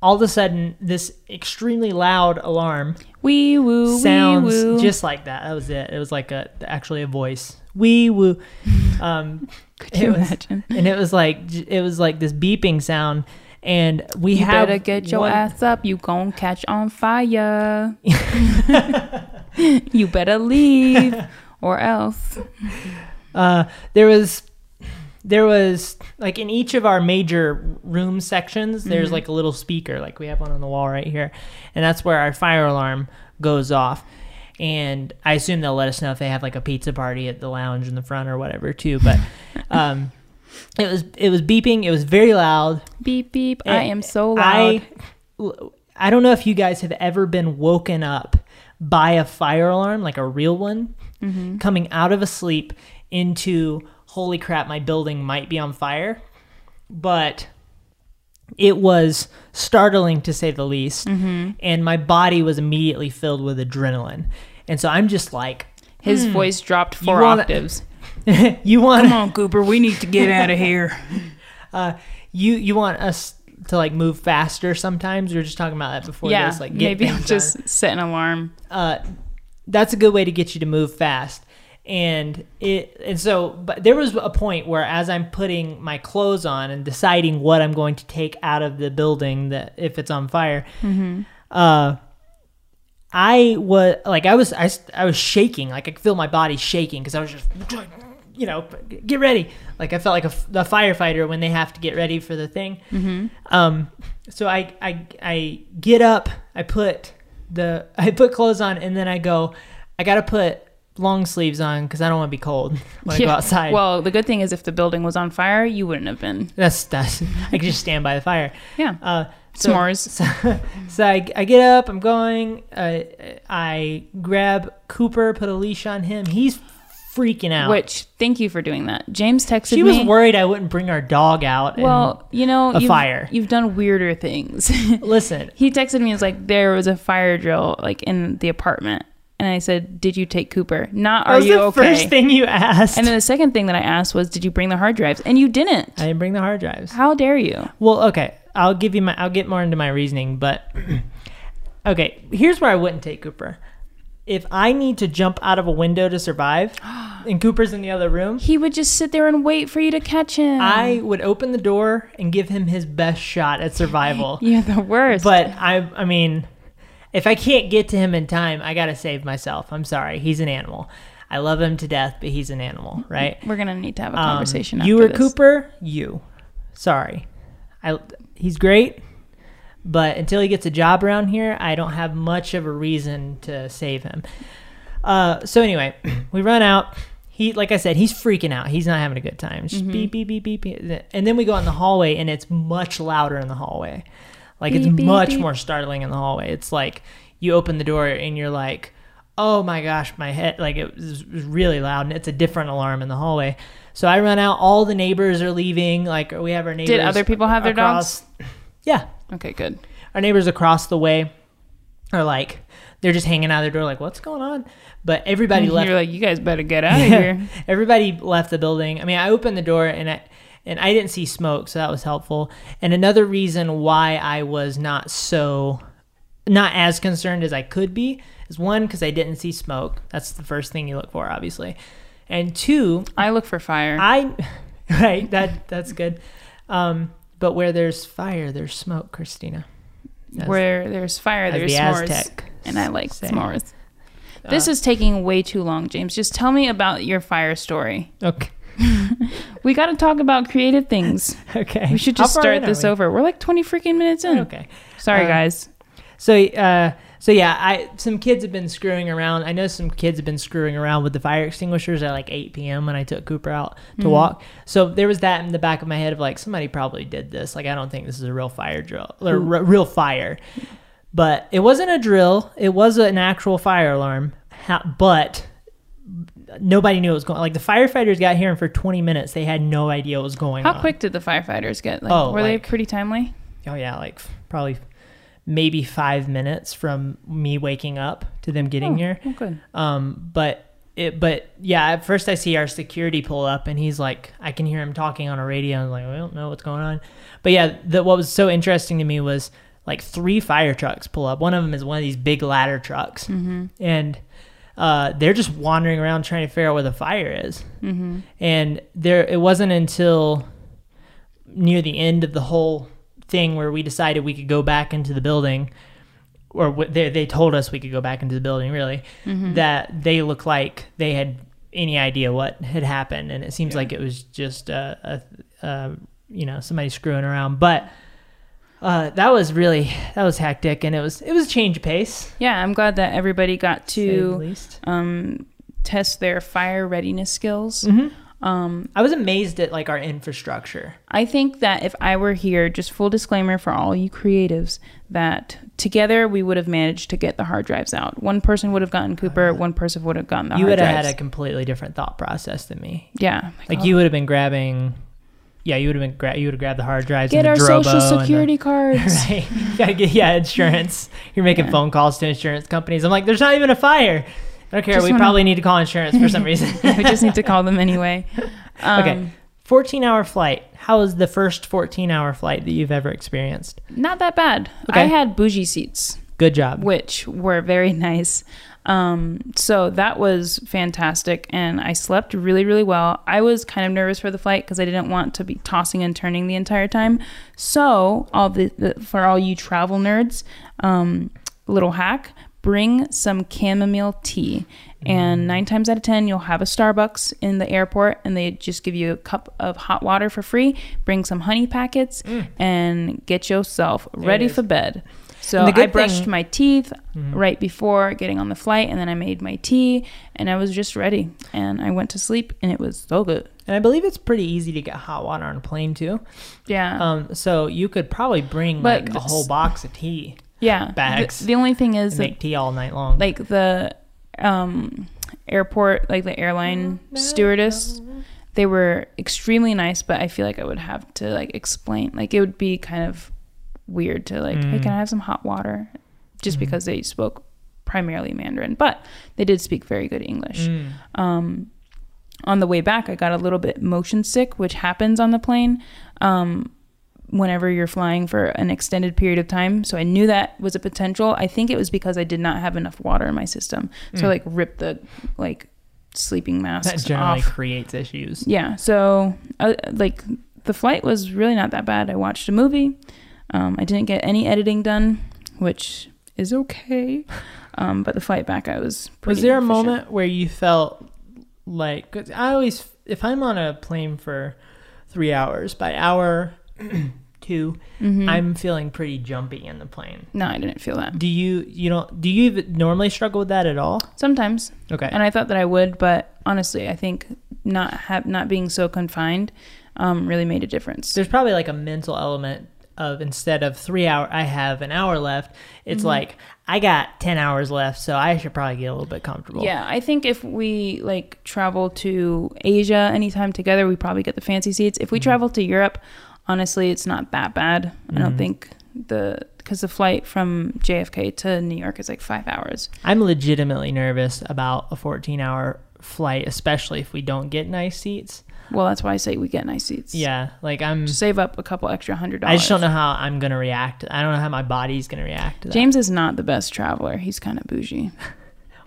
Speaker 2: all of a sudden, this extremely loud alarm
Speaker 1: Wee woo,
Speaker 2: sounds
Speaker 1: wee woo.
Speaker 2: just like that. That was it. It was like a actually a voice. Wee woo. Um,
Speaker 1: Could you
Speaker 2: it was-
Speaker 1: imagine?
Speaker 2: and it was like it was like this beeping sound. And we
Speaker 1: You
Speaker 2: have
Speaker 1: better get your
Speaker 2: one-
Speaker 1: ass up. You gon' catch on fire. you better leave or else.
Speaker 2: Uh, there was there was like in each of our major room sections there's like a little speaker like we have one on the wall right here and that's where our fire alarm goes off and i assume they'll let us know if they have like a pizza party at the lounge in the front or whatever too but um it was it was beeping it was very loud
Speaker 1: Beep beep. I
Speaker 2: Eh,
Speaker 1: am so loud.
Speaker 2: I, I don't know if you guys have ever been woken up by a fire alarm, like a real one,
Speaker 1: Mm-hmm.
Speaker 2: coming out of a sleep into holy crap, my building might be on fire. But it was startling to say the least.
Speaker 1: Mm-hmm.
Speaker 2: And my body was immediately filled with adrenaline. And so I'm just like,
Speaker 1: His voice dropped 4
Speaker 2: Hmm. wanna-
Speaker 1: octaves.
Speaker 2: you want
Speaker 1: Come on, Cooper. We need to get out of here.
Speaker 2: uh, you you want us to like move faster sometimes. We were just talking about that before
Speaker 1: yeah,
Speaker 2: this. Like get
Speaker 1: maybe I'll
Speaker 2: things done.
Speaker 1: just set an alarm.
Speaker 2: uh, that's a good way to get you to move fast. And it and so but there was a point where as I'm putting my clothes on and deciding what I'm going to take out of the building that if it's on fire, uh, I was like I was I, s- I was shaking like I could feel my body shaking because I was just you know get ready like I felt like a, f- a firefighter when they have to get ready for the thing.
Speaker 1: Mm-hmm.
Speaker 2: Um, so I, I I get up, I put the I put clothes on, and then I go. I gotta put long sleeves on because I don't want to be cold when I go
Speaker 1: Yeah.
Speaker 2: outside.
Speaker 1: Well, the good thing is if the building was on fire, you wouldn't have been.
Speaker 2: that's that's I can just stand by the fire.
Speaker 1: Yeah.
Speaker 2: Uh, so-
Speaker 1: S'mores.
Speaker 2: So, so I, I get up, I'm going. Uh, I grab Cooper, put a leash on him. He's freaking out.
Speaker 1: Which, thank you for doing that. James texted
Speaker 2: she
Speaker 1: me.
Speaker 2: was worried I wouldn't bring our dog out. and-
Speaker 1: well, you know,
Speaker 2: a
Speaker 1: you've,
Speaker 2: fire.
Speaker 1: you've done weirder things.
Speaker 2: listen,
Speaker 1: he texted me and was like, there was a fire drill like in the apartment. And I said, did you take Cooper? Not
Speaker 2: that
Speaker 1: are
Speaker 2: was
Speaker 1: you
Speaker 2: the
Speaker 1: okay?
Speaker 2: first thing you asked.
Speaker 1: And then the second thing that I asked was, did you bring the hard drives? And you didn't.
Speaker 2: I didn't bring the hard drives.
Speaker 1: How dare you?
Speaker 2: Well, okay. I'll give you my. I'll get more into my reasoning, but okay. Here's where I wouldn't take Cooper. if I need to jump out of a window to survive, and Cooper's in the other room,
Speaker 1: He would just sit there and wait for you to catch him.
Speaker 2: I would open the door and give him his best shot at survival.
Speaker 1: You're the worst.
Speaker 2: But I, I mean, if I can't get to him in time, I gotta save myself. I'm sorry, he's an animal. I love him to death, but he's an animal, right?
Speaker 1: we're gonna need to have a
Speaker 2: Um,
Speaker 1: conversation.
Speaker 2: you
Speaker 1: after
Speaker 2: or
Speaker 1: this.
Speaker 2: Cooper? You. Sorry, I. He's great, but until he gets a job around here, I don't have much of a reason to save him. Uh, so anyway, we run out. He, like I said, he's freaking out. He's not having a good time. Just
Speaker 1: Mm-hmm.
Speaker 2: beep, beep, beep, beep, beep. And then we go out in the hallway, and it's much louder in the hallway. Like it's
Speaker 1: Beep, beep,
Speaker 2: much
Speaker 1: beep.
Speaker 2: more startling in the hallway. It's like you open the door and you're like, oh my gosh, my head. Like it was, it was really loud, and it's a different alarm in the hallway. So I run out. All the neighbors are leaving. Like we have our neighbors.
Speaker 1: other people have their dogs?
Speaker 2: across- Yeah,
Speaker 1: Okay, good.
Speaker 2: our neighbors across the way are like they're just hanging out their door like what's going on but everybody
Speaker 1: You're
Speaker 2: left
Speaker 1: like, you guys better get out of here.
Speaker 2: everybody left the building i mean i opened the door and i and i didn't see smoke so that was helpful and another reason why i was not so not as concerned as i could be is one because i didn't see smoke that's the first thing you look for obviously and two
Speaker 1: I look for fire.
Speaker 2: I right that that's good. Um, but where there's fire, there's smoke, Christina. As-
Speaker 1: Where there's fire,
Speaker 2: as
Speaker 1: there's
Speaker 2: the
Speaker 1: s'mores.
Speaker 2: Aztec
Speaker 1: And I like
Speaker 2: say. Uh.
Speaker 1: s'mores. This is taking way too long, James. Just tell me about your fire story.
Speaker 2: Okay.
Speaker 1: We got to talk about creative things.
Speaker 2: Okay.
Speaker 1: We should
Speaker 2: How
Speaker 1: just
Speaker 2: far
Speaker 1: start
Speaker 2: in are
Speaker 1: this
Speaker 2: we?
Speaker 1: over. We're like 20 freaking minutes in.
Speaker 2: Okay.
Speaker 1: Sorry,
Speaker 2: Uh,
Speaker 1: guys.
Speaker 2: So uh, so yeah, I some kids have been screwing around. I know some kids have been screwing around with the fire extinguishers at like 8 p.m. when I took Cooper out
Speaker 1: Mm-hmm.
Speaker 2: to walk. So there was that in the back of my head of like somebody probably did this. Like I don't think this is a real fire drill or
Speaker 1: Hmm.
Speaker 2: r- real fire. But it wasn't a drill. It was an actual fire alarm. Ha- but nobody knew what was going. Like the firefighters got here and for 20 minutes they had no idea what was going on.
Speaker 1: How quick did the firefighters get? Like,
Speaker 2: Oh,
Speaker 1: were they
Speaker 2: like-
Speaker 1: pretty timely?
Speaker 2: oh yeah, like f- probably maybe five minutes from me waking up to them getting
Speaker 1: Oh,
Speaker 2: here.
Speaker 1: well, good.
Speaker 2: Um, but it, but yeah, at first I see our security pull up, and he's like, I can hear him talking on a radio. I'm like, I don't know what's going on. But yeah, the, what was so interesting to me was like three fire trucks pull up. One of them is one of these big ladder trucks, and uh, they're just wandering around trying to figure out where the fire is. Mm-hmm. And there, it wasn't until near the end of the whole thing where we decided we could go back into the building or what they, they told us we could go back into the building really
Speaker 1: Mm-hmm.
Speaker 2: that they looked like they had any idea what had happened and it seems like it was just uh, a, uh, you know somebody screwing around but uh, that was really that was hectic and it was it was a change of pace
Speaker 1: Yeah, I'm glad that everybody got
Speaker 2: to say the
Speaker 1: to
Speaker 2: least
Speaker 1: um, test their fire readiness skills.
Speaker 2: Mm-hmm.
Speaker 1: Um,
Speaker 2: i was amazed at like our infrastructure
Speaker 1: I think that if I were here, just full disclaimer for all you creatives, that together we would have managed to get the hard drives out. One person would have gotten Cooper, one person would have gotten the
Speaker 2: Oh, you
Speaker 1: hard
Speaker 2: would have
Speaker 1: drives. Oh.
Speaker 2: had a completely different thought process than me
Speaker 1: yeah,
Speaker 2: Like you would have been grabbing, yeah, you would have been gra- you would have grabbed the hard drives.
Speaker 1: oh, get
Speaker 2: and
Speaker 1: our
Speaker 2: the
Speaker 1: social
Speaker 2: Drobo and the-
Speaker 1: security cards.
Speaker 2: right? You gotta get yeah insurance. You're making
Speaker 1: Yeah.
Speaker 2: phone calls to insurance companies. I'm like, there's not even a fire. I don't care.
Speaker 1: Just
Speaker 2: we
Speaker 1: wanna-
Speaker 2: probably need to call insurance for some reason.
Speaker 1: we just need to call them anyway. Um,
Speaker 2: Okay. 14 hour flight. How was the first 14 hour flight that you've ever experienced?
Speaker 1: Not that bad.
Speaker 2: Okay.
Speaker 1: I had bougie seats.
Speaker 2: Good job.
Speaker 1: which were very nice. Um, so that was fantastic, and I slept really, really well. I was kind of nervous for the flight because I didn't want to be tossing and turning the entire time. So, all the, the for all you travel nerds, um, little hack: bring some chamomile tea. And nine times out of ten, you'll have a Starbucks in the airport, and they just give you a cup of hot water for free. Bring some honey packets, and get yourself ready
Speaker 2: is.
Speaker 1: for bed. So
Speaker 2: And the good
Speaker 1: I brushed
Speaker 2: thing- Mm-hmm.
Speaker 1: my teeth right before getting on the flight, and then I made my tea, and I was just ready. And I went to sleep, and it was so good.
Speaker 2: And I believe it's pretty easy to get hot water on a plane too.
Speaker 1: Yeah,
Speaker 2: Um, so you could probably bring
Speaker 1: But
Speaker 2: like a
Speaker 1: this-
Speaker 2: whole box of tea
Speaker 1: yeah. The-
Speaker 2: bags.
Speaker 1: The, only thing is
Speaker 2: and
Speaker 1: that
Speaker 2: make tea all night long.
Speaker 1: like the um, airport, like the airline stewardess, they were extremely nice, but I feel like I would have to like explain. Like it would be kind of weird to like, hey, can I have some hot water? Just because they spoke primarily Mandarin, but they did speak very good English.
Speaker 2: Mm.
Speaker 1: Um, on the way back, I got a little bit motion sick, which happens on the plane. Um, whenever you're flying for an extended period of time. So I knew that was a potential. I think it was because I did not have enough water in my system. So I,
Speaker 2: Mm.
Speaker 1: like ripped the like sleeping
Speaker 2: That
Speaker 1: masks
Speaker 2: generally
Speaker 1: off.
Speaker 2: creates issues.
Speaker 1: Yeah. So uh, like the flight was really not that bad. I watched a movie. Um, I didn't get any editing done, which is okay. Um, but the flight back, I was.
Speaker 2: Was
Speaker 1: pretty
Speaker 2: there a
Speaker 1: efficient.
Speaker 2: moment where you felt like? Cause I always, if I'm on a plane for three hours, by hour 2
Speaker 1: Mhm.
Speaker 2: I'm feeling pretty jumpy in the plane.
Speaker 1: No, I didn't feel that.
Speaker 2: Do you? You don't? Do you even normally struggle with that at all?
Speaker 1: Sometimes.
Speaker 2: Okay.
Speaker 1: and I thought that I would, but honestly, I think not have not being so confined um, really made a difference.
Speaker 2: there's probably like a mental element of instead of three hour i have an hour left it's
Speaker 1: Mm-hmm.
Speaker 2: like i got 10 hours left so i should probably get a little bit comfortable
Speaker 1: Yeah, I think if we like travel to Asia anytime together, we probably get the fancy seats. If we
Speaker 2: Mm-hmm.
Speaker 1: travel to Europe, honestly, it's not that bad. I
Speaker 2: Mm-hmm.
Speaker 1: don't think the because the flight from JFK to New York is like five hours.
Speaker 2: i'm legitimately nervous about a 14 hour flight especially if we don't get nice seats
Speaker 1: Well, that's why I say we get nice seats.
Speaker 2: yeah like i'm
Speaker 1: save up a couple extra hundred dollars.
Speaker 2: i just don't know how i'm gonna react i don't know how my body's gonna react to that.
Speaker 1: James is not the best traveler. He's kind of bougie.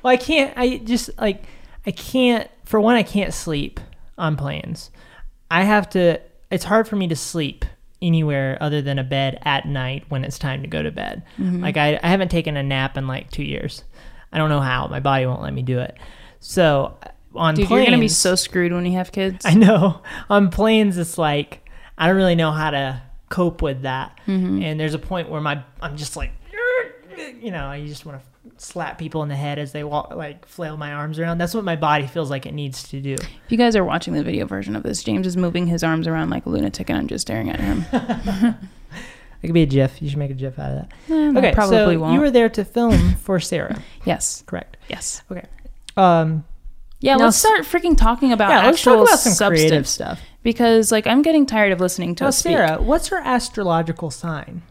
Speaker 2: well i can't i just like i can't for one i can't sleep on planes i have to it's hard for me to sleep anywhere other than a bed at night when it's time to go to bed
Speaker 1: Mm-hmm.
Speaker 2: like I, I haven't taken a nap in like two years i don't know how my body won't let me do it so on
Speaker 1: Dude,
Speaker 2: planes
Speaker 1: you're gonna be so screwed when you have kids.
Speaker 2: i know on planes it's like i don't really know how to cope with that
Speaker 1: Mm-hmm.
Speaker 2: and there's a point where my i'm just like you know, I just want to slap people in the head as they walk, like flail my arms around. That's what my body feels like it needs to do.
Speaker 1: If you guys are watching the video version of this, James is moving his arms around like a lunatic, and I'm just staring at him. Eh,
Speaker 2: It could be a GIF. You should make a GIF out of that.
Speaker 1: Eh, I
Speaker 2: Okay,
Speaker 1: probably
Speaker 2: so
Speaker 1: won't.
Speaker 2: you were there to film for Sarah,
Speaker 1: yes,
Speaker 2: correct?
Speaker 1: yes,
Speaker 2: Um,
Speaker 1: yeah.
Speaker 2: Now
Speaker 1: let's
Speaker 2: s-
Speaker 1: start freaking talking about
Speaker 2: yeah, let's
Speaker 1: actual
Speaker 2: talk about some creative
Speaker 1: substance
Speaker 2: stuff.
Speaker 1: because, like, I'm getting tired of listening to
Speaker 2: Now,
Speaker 1: us speak.
Speaker 2: Sarah, what's her astrological sign?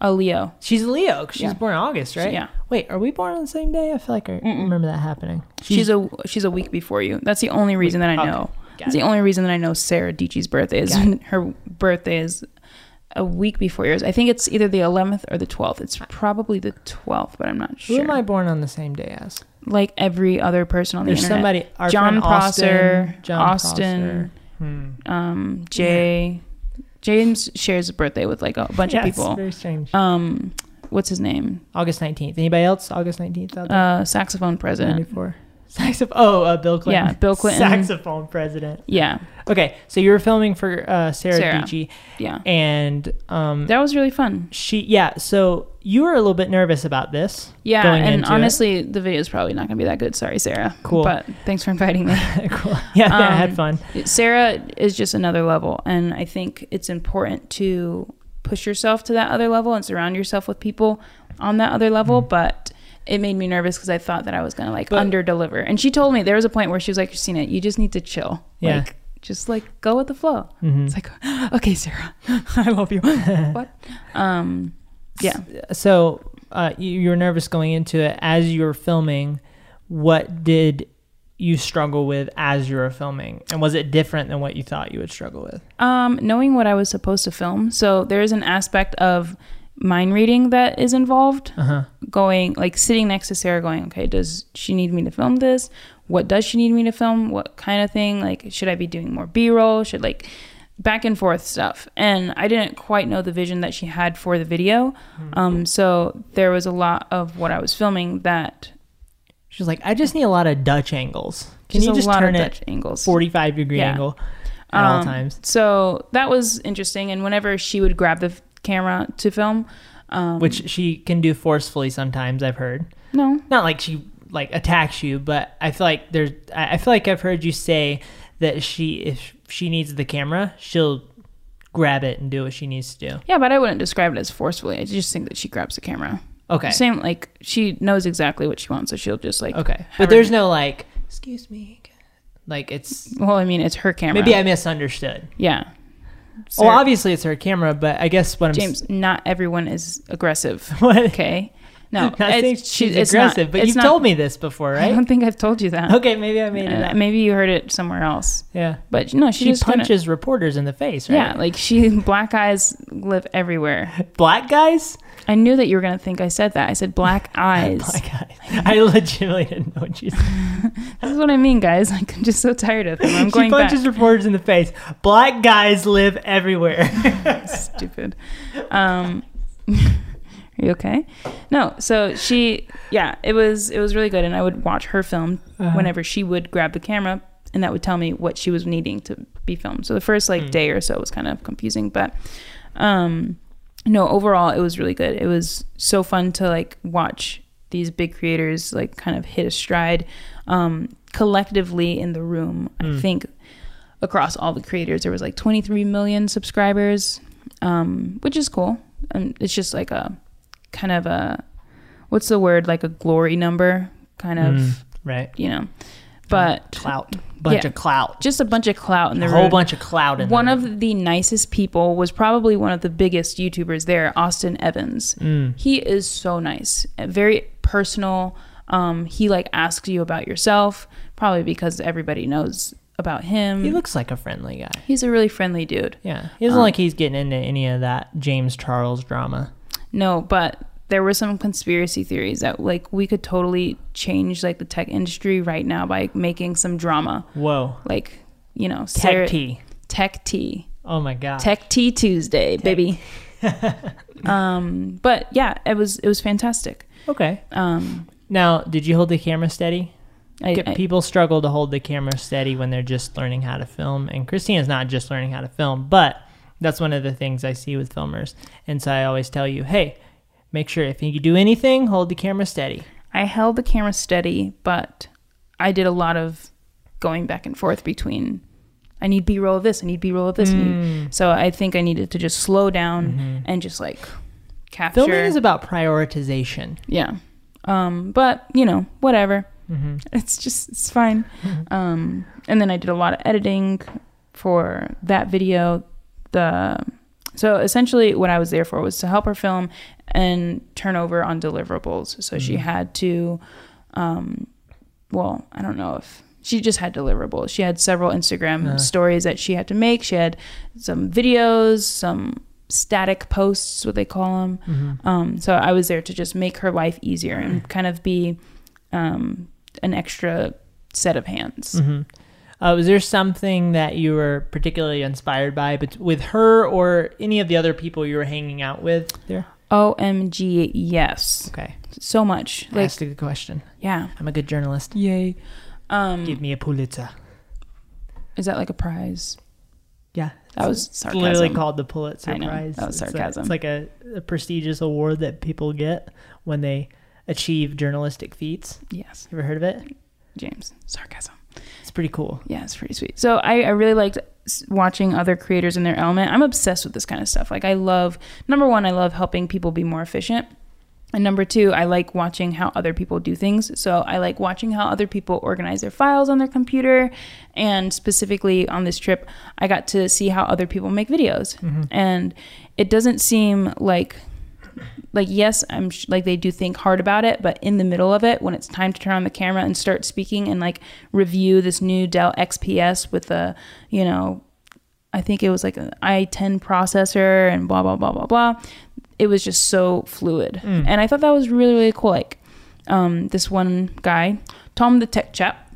Speaker 1: A Leo.
Speaker 2: She's a Leo. 'cause she's
Speaker 1: Yeah.
Speaker 2: born in August, right?
Speaker 1: Yeah.
Speaker 2: Wait, are we born on the same day? I feel like I remember that happening.
Speaker 1: She's, a she's a week before you. That's the only reason that I
Speaker 2: okay,
Speaker 1: know.
Speaker 2: got
Speaker 1: That's the only reason that I know Sarah Deechee's birthday is
Speaker 2: Got
Speaker 1: her birthday is a week before yours. I think it's either the 11th or the 12th. It's probably the 12th, but I'm not
Speaker 2: Who
Speaker 1: sure.
Speaker 2: am I born on the same day as?
Speaker 1: Like every other person on the
Speaker 2: There's
Speaker 1: internet.
Speaker 2: somebody. Our
Speaker 1: John
Speaker 2: friend Austin,
Speaker 1: Prosser,
Speaker 2: John
Speaker 1: Austin,
Speaker 2: Prosser. Hmm.
Speaker 1: um, Jay. James shares a birthday with like a bunch
Speaker 2: Yeah,
Speaker 1: of
Speaker 2: it's
Speaker 1: people.
Speaker 2: Very strange.
Speaker 1: Um, what's his name?
Speaker 2: August 19th. Anybody else? August 19th out there?
Speaker 1: Uh, saxophone president.
Speaker 2: 94. Saxophone. Oh, uh, Bill Clinton.
Speaker 1: Yeah, Bill Clinton.
Speaker 2: Saxophone president.
Speaker 1: Yeah,
Speaker 2: Okay, so you were filming for uh, Sarah,
Speaker 1: Sarah.
Speaker 2: Beachy,
Speaker 1: yeah.
Speaker 2: and um,
Speaker 1: That was really fun.
Speaker 2: she, yeah, so you were a little bit nervous about this.
Speaker 1: Yeah,
Speaker 2: Going
Speaker 1: and
Speaker 2: into
Speaker 1: honestly, the video is probably not going to be that good. Sorry, Sarah.
Speaker 2: Cool.
Speaker 1: But thanks for inviting me.
Speaker 2: it. cool. Yeah, yeah, I had
Speaker 1: Um,
Speaker 2: fun.
Speaker 1: Sarah is just another level, and I think it's important to push yourself to that other level and surround yourself with people on that other level. But it made me nervous because I thought that I was gonna like
Speaker 2: Mm. But-
Speaker 1: under deliver. And she told me there was a point where she was like, "Christina, you just need to chill.
Speaker 2: Yeah.
Speaker 1: Like, just like go with the flow."
Speaker 2: Mhm.
Speaker 1: It's like, okay, Sarah, I love you. what? Um, yeah.
Speaker 2: So uh, you, you were nervous going into it. As you were filming, what did you struggle with as you were filming? And was it different than what you thought you would struggle with?
Speaker 1: Um, knowing what I was supposed to film. So there is an aspect of mind reading that is involved.
Speaker 2: Uh-huh.
Speaker 1: Going like sitting next to Sarah, going, okay, does she need me to film this? What does she need me to film? What kind of thing? Like, should I be doing more B roll? Should like back and forth stuff? And I didn't quite know the vision that she had for the video.
Speaker 2: Hmm.
Speaker 1: Um, so there was a lot of what I was filming that
Speaker 2: She's like, I just need a lot of Dutch angles. Can
Speaker 1: just
Speaker 2: you just
Speaker 1: a lot
Speaker 2: turn
Speaker 1: of
Speaker 2: it
Speaker 1: Dutch angles.
Speaker 2: 45 degree
Speaker 1: Yeah.
Speaker 2: angle at all
Speaker 1: Um,
Speaker 2: times?
Speaker 1: So that was interesting. And whenever she would grab the f- camera to film, um,
Speaker 2: Which she can do forcefully sometimes, I've heard.
Speaker 1: no,
Speaker 2: Not like she like attacks you, but I feel like there's I I feel like I've heard you say that she if she needs the camera, she'll grab it and do what she needs to do.
Speaker 1: Yeah, but I wouldn't describe it as forcefully. I just think that she grabs the camera.
Speaker 2: Okay.
Speaker 1: Same, like she knows exactly what she wants, so she'll just like.
Speaker 2: Okay.
Speaker 1: have
Speaker 2: But
Speaker 1: her-
Speaker 2: there's no like, excuse me. Like it's
Speaker 1: Well, I mean, it's her camera.
Speaker 2: maybe I misunderstood.
Speaker 1: Yeah.
Speaker 2: Well,
Speaker 1: Sarah-
Speaker 2: obviously it's her camera, but I guess what I'm s-
Speaker 1: James, not everyone is aggressive.
Speaker 2: what
Speaker 1: Okay. No,
Speaker 2: I think
Speaker 1: it's-
Speaker 2: she's
Speaker 1: it's not-
Speaker 2: aggressive, but
Speaker 1: it's
Speaker 2: you've
Speaker 1: not-
Speaker 2: told me this before,
Speaker 1: I
Speaker 2: right?
Speaker 1: don't think I've told you that.
Speaker 2: Okay, maybe I made it
Speaker 1: Uh,
Speaker 2: up.
Speaker 1: maybe you heard it somewhere else.
Speaker 2: Yeah.
Speaker 1: But no, she,
Speaker 2: She
Speaker 1: just kinda-
Speaker 2: punches reporters in the face, right?
Speaker 1: Yeah, like she black eyes live everywhere.
Speaker 2: Black guys?
Speaker 1: I knew that you were gonna think I said that. I said black eyes.
Speaker 2: Black guys. I legitimately didn't know what she said.
Speaker 1: This is what I mean, guys. Like I'm just so tired of them. I'm
Speaker 2: She
Speaker 1: going back.
Speaker 2: punches reporters in the face. Black guys live everywhere.
Speaker 1: Stupid. Um, are you okay? No. So she, yeah, it was it was really good, and I would watch her film
Speaker 2: Uh-huh.
Speaker 1: whenever she would grab the camera, and that would tell me what she was needing to be filmed. So the first like
Speaker 2: Hmm.
Speaker 1: day or so was kind of confusing, but um, no, overall it was really good. It was so fun to like watch these big creators like kind of hit a stride um, collectively in the room. I
Speaker 2: Hmm.
Speaker 1: think across all the creators there was like 23 million subscribers, um, which is cool. And it's just like a kind of a what's the word like a glory number kind of
Speaker 2: Mm, right.
Speaker 1: you know but
Speaker 2: Clout. Bunch
Speaker 1: Yeah.
Speaker 2: of clout.
Speaker 1: just a bunch of clout in the
Speaker 2: a whole
Speaker 1: room.
Speaker 2: bunch of clout in
Speaker 1: one
Speaker 2: there.
Speaker 1: of the nicest people was probably one of the biggest youtubers there austin evans
Speaker 2: Mm.
Speaker 1: he is so nice uh, very personal um, he like asks you about yourself probably because everybody knows about him
Speaker 2: He looks like a friendly guy.
Speaker 1: he's a really friendly dude
Speaker 2: Yeah. He doesn't
Speaker 1: Um,
Speaker 2: like he's getting into any of that James Charles drama.
Speaker 1: No, but there were some conspiracy theories that like we could totally change like the tech industry right now by making some drama.
Speaker 2: Whoa.
Speaker 1: Like, you know,
Speaker 2: Tech tea.
Speaker 1: tech tea.
Speaker 2: Oh my god.
Speaker 1: Tech tea Tuesday, baby. um, but yeah, it was it was fantastic.
Speaker 2: okay.
Speaker 1: Um
Speaker 2: Now, did you hold the camera steady?
Speaker 1: I,
Speaker 2: Get-
Speaker 1: I-
Speaker 2: people struggle to hold the camera steady when they're just learning how to film, and Christina's not just learning how to film, but that's one of the things I see with filmers. And so I always tell you, hey, make sure if you do anything, hold the camera steady.
Speaker 1: I held the camera steady, but I did a lot of going back and forth between I need B roll of this, I need B roll of this. I need-
Speaker 2: Mm.
Speaker 1: So I think I needed to just slow down and just like capture.
Speaker 2: Filming Mm-hmm. is about prioritization.
Speaker 1: Yeah. Um, but you know, whatever.
Speaker 2: Mm-hmm.
Speaker 1: It's just it's fine.
Speaker 2: Mhm.
Speaker 1: Um, and then I did a lot of editing for that video. The so essentially what I was there for was to help her film and turn over on deliverables. So she
Speaker 2: Mhm.
Speaker 1: had to, um, well, I don't know if she just had deliverables. She had several Instagram
Speaker 2: Uh.
Speaker 1: stories that she had to make. She had some videos, some static posts, what they call them.
Speaker 2: Mm-hmm.
Speaker 1: Um, so I was there to just make her life easier
Speaker 2: Mm.
Speaker 1: and kind of be um, an extra set of hands.
Speaker 2: hmm Uh, was there something that you were particularly inspired by bet- with her or any of the other people you were hanging out with there?
Speaker 1: OMG, yes.
Speaker 2: Okay.
Speaker 1: So much.
Speaker 2: Like,
Speaker 1: Like,
Speaker 2: Asked a good question.
Speaker 1: yeah.
Speaker 2: I'm a good journalist.
Speaker 1: Yay. Um,
Speaker 2: Give me a Pulitzer.
Speaker 1: is that like a prize?
Speaker 2: Yeah.
Speaker 1: That was
Speaker 2: It's
Speaker 1: sarcasm.
Speaker 2: literally called the Pulitzer
Speaker 1: I know.
Speaker 2: Prize.
Speaker 1: That was
Speaker 2: It's a-
Speaker 1: sarcasm.
Speaker 2: It's, like a, a prestigious award that people get when they achieve journalistic feats.
Speaker 1: Yes,
Speaker 2: You ever heard of it?
Speaker 1: James. Sarcasm.
Speaker 2: It's pretty cool.
Speaker 1: Yeah, it's pretty sweet. So I, I really liked s- watching other creators in their element. I'm obsessed with this kind of stuff. Like I love number one, I love helping people be more efficient. And number two, I like watching how other people do things. So I like watching how other people organize their files on their computer. And specifically on this trip, I got to see how other people make videos. And it doesn't seem like like yes i'm sh- like they do think hard about it but in the middle of it when it's time to turn on the camera and start speaking and like review this new dell xps with a you know i think it was like an i10 processor and blah blah blah blah blah it was just so fluid and i thought that was really really cool like um, this one guy tom the tech chap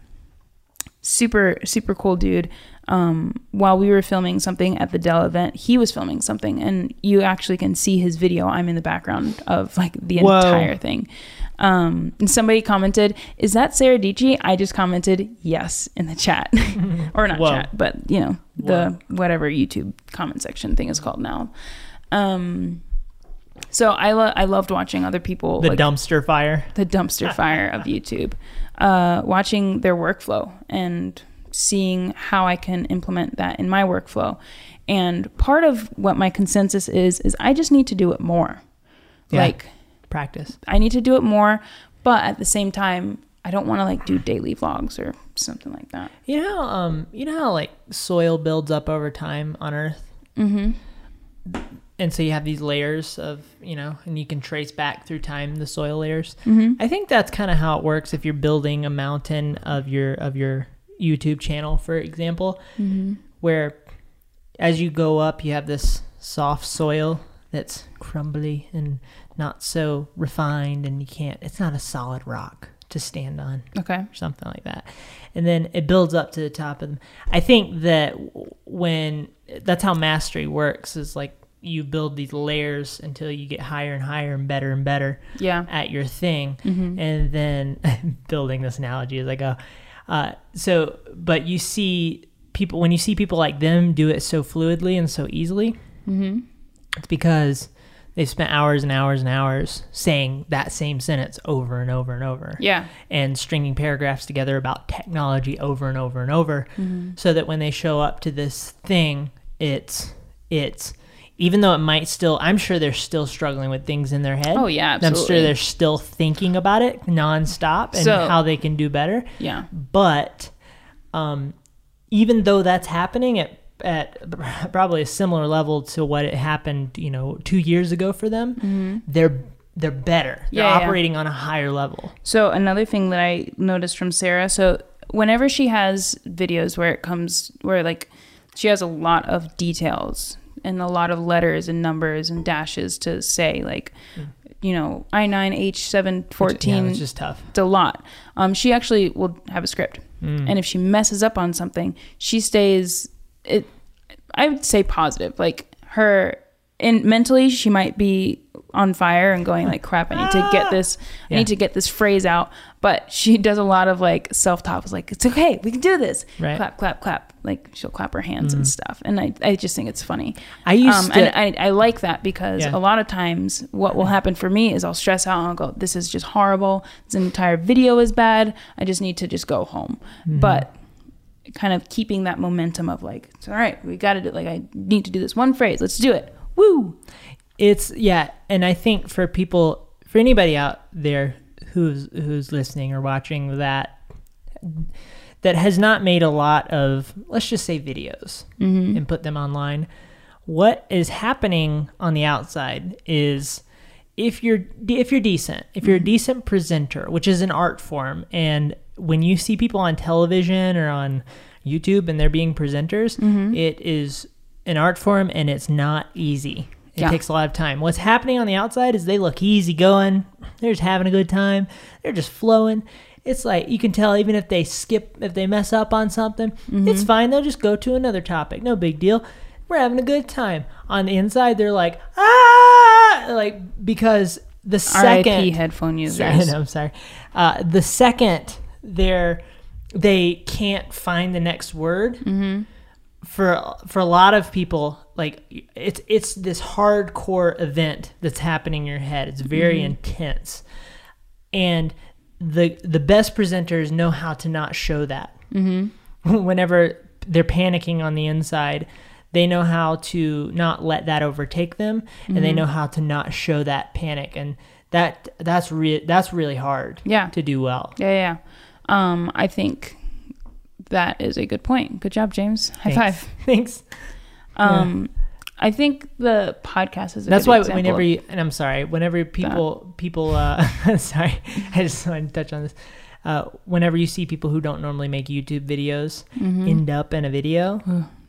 Speaker 1: super super cool dude um, while we were filming something at the dell event he was filming something and you actually can see his video i'm in the background of like the
Speaker 2: Whoa.
Speaker 1: entire thing um, and somebody commented is that sarah Dici? i just commented yes in the chat or not
Speaker 2: Whoa.
Speaker 1: chat but you know the whatever youtube comment section thing is called now um, so i lo- i loved watching other people
Speaker 2: The
Speaker 1: like,
Speaker 2: dumpster fire.
Speaker 1: the dumpster fire of YouTube, uh, watching their workflow and seeing how I can implement that in my workflow. And part of what my consensus is, is I just need to do it more.
Speaker 2: Yeah.
Speaker 1: Like,
Speaker 2: Practice.
Speaker 1: I need to do it more, but at the same time, I don't want to like do daily vlogs or something like that.
Speaker 2: You know, how, um, you know how like soil builds up over time on Earth.
Speaker 1: Mm-hmm.
Speaker 2: and so you have these layers of you know and you can trace back through time the soil layers
Speaker 1: hmm
Speaker 2: i think that's kind of how it works if you're building a mountain of your of your youtube channel for example
Speaker 1: hmm
Speaker 2: where as you go up you have this soft soil that's crumbly and not so refined and you can't it's not a solid rock to stand on
Speaker 1: Okay.
Speaker 2: or something like that. And then it builds up to the top of them. I think that w- when that's how mastery works is like you build these layers until you get higher and higher and better and better
Speaker 1: Yeah.
Speaker 2: at your thing.
Speaker 1: hmm
Speaker 2: And then building this analogy as I go. Uh, so, but you see people, when you see people like them do it so fluidly and so easily,
Speaker 1: hmm
Speaker 2: it's because they've spent hours and hours and hours saying that same sentence over and over and over
Speaker 1: Yeah.
Speaker 2: and stringing paragraphs together about technology over and over and over
Speaker 1: hmm
Speaker 2: so that when they show up to this thing it's it's even though it might still i'm sure they're still struggling with things in their head
Speaker 1: Oh yeah.
Speaker 2: And i'm
Speaker 1: Absolutely.
Speaker 2: sure they're still thinking about it nonstop and
Speaker 1: So-
Speaker 2: how they can do better
Speaker 1: yeah.
Speaker 2: but um, even though that's happening at at probably a similar level to what it happened, you know, two years ago for them, they're they're better. They're
Speaker 1: Mm-hmm. Yeah, yeah.
Speaker 2: operating on a higher level.
Speaker 1: So another thing that I noticed from Sarah, so whenever she has videos where it comes where like she has a lot of details and a lot of letters and numbers and dashes to say like you know
Speaker 2: Mm. Which- yeah,
Speaker 1: I9H714
Speaker 2: which is tough.
Speaker 1: it's a lot. Um, she actually will have a script,
Speaker 2: Hmm.
Speaker 1: and if she messes up on something, she stays. It, I would say positive. Like her, and mentally, she might be on fire and going like, "Crap, I need to get this. I
Speaker 2: Ah!" Yeah.
Speaker 1: need to get this phrase out." But she does a lot of like self talk. Is like, "It's okay, we can do this."
Speaker 2: Right. Hmm.
Speaker 1: Clap, clap, clap. Like she'll clap her hands and stuff, and I, I just think it's funny.
Speaker 2: I used
Speaker 1: Um,
Speaker 2: to.
Speaker 1: and I, I like that because
Speaker 2: Yeah.
Speaker 1: a lot of times what will happen for me is I'll stress out and I'll go, this is just horrible. This entire video is bad. I just need to just go home.
Speaker 2: Mm-hmm.
Speaker 1: But kind of keeping that momentum of like, it's all right, we got to do Like, I need to do this one phrase. Let's do it. Woo.
Speaker 2: it's yeah, and I think for people, for anybody out there who's who's listening or watching that that has not made a lot of let's just say videos and put them online. What is happening on the outside is if you're if you're decent, if you're a decent presenter, which is an art form, and when you see people on television or on YouTube and they're being presenters, it is an art form and it's not easy. It
Speaker 1: Yeah.
Speaker 2: takes a lot of time. What's happening on the outside is they look easy going. They're just having a good time. They're just flowing. It's like you can tell even if they skip, if they mess up on something, it's fine. They'll just go to another topic. No big deal. We're having a good time. On the inside, they're like, ah, like because the
Speaker 1: RIP
Speaker 2: second,
Speaker 1: headphone
Speaker 2: Sorry,
Speaker 1: users.
Speaker 2: no, I'm sorry. Uh, the second they're they can't find the next word for for a lot of people like it's it's this hardcore event that's happening in your head it's very intense and the the best presenters know how to not show that mm-hmm. whenever they're panicking on the inside they know how to not let that overtake them and they know how to not show that panic and that that's re- that's really hard
Speaker 1: Yeah.
Speaker 2: to do well
Speaker 1: Yeah. Yeah. Um, I think that is a good point. Good job, James. High
Speaker 2: Thanks.
Speaker 1: five.
Speaker 2: thanks
Speaker 1: Um, I think the podcast is a
Speaker 2: That's
Speaker 1: good
Speaker 2: why
Speaker 1: example
Speaker 2: whenever
Speaker 1: of-
Speaker 2: you and I'm sorry, whenever people people uh sorry, I just want to touch on this. Uh, whenever you see people who don't normally make YouTube videos
Speaker 1: Mm-hmm.
Speaker 2: end up in a video,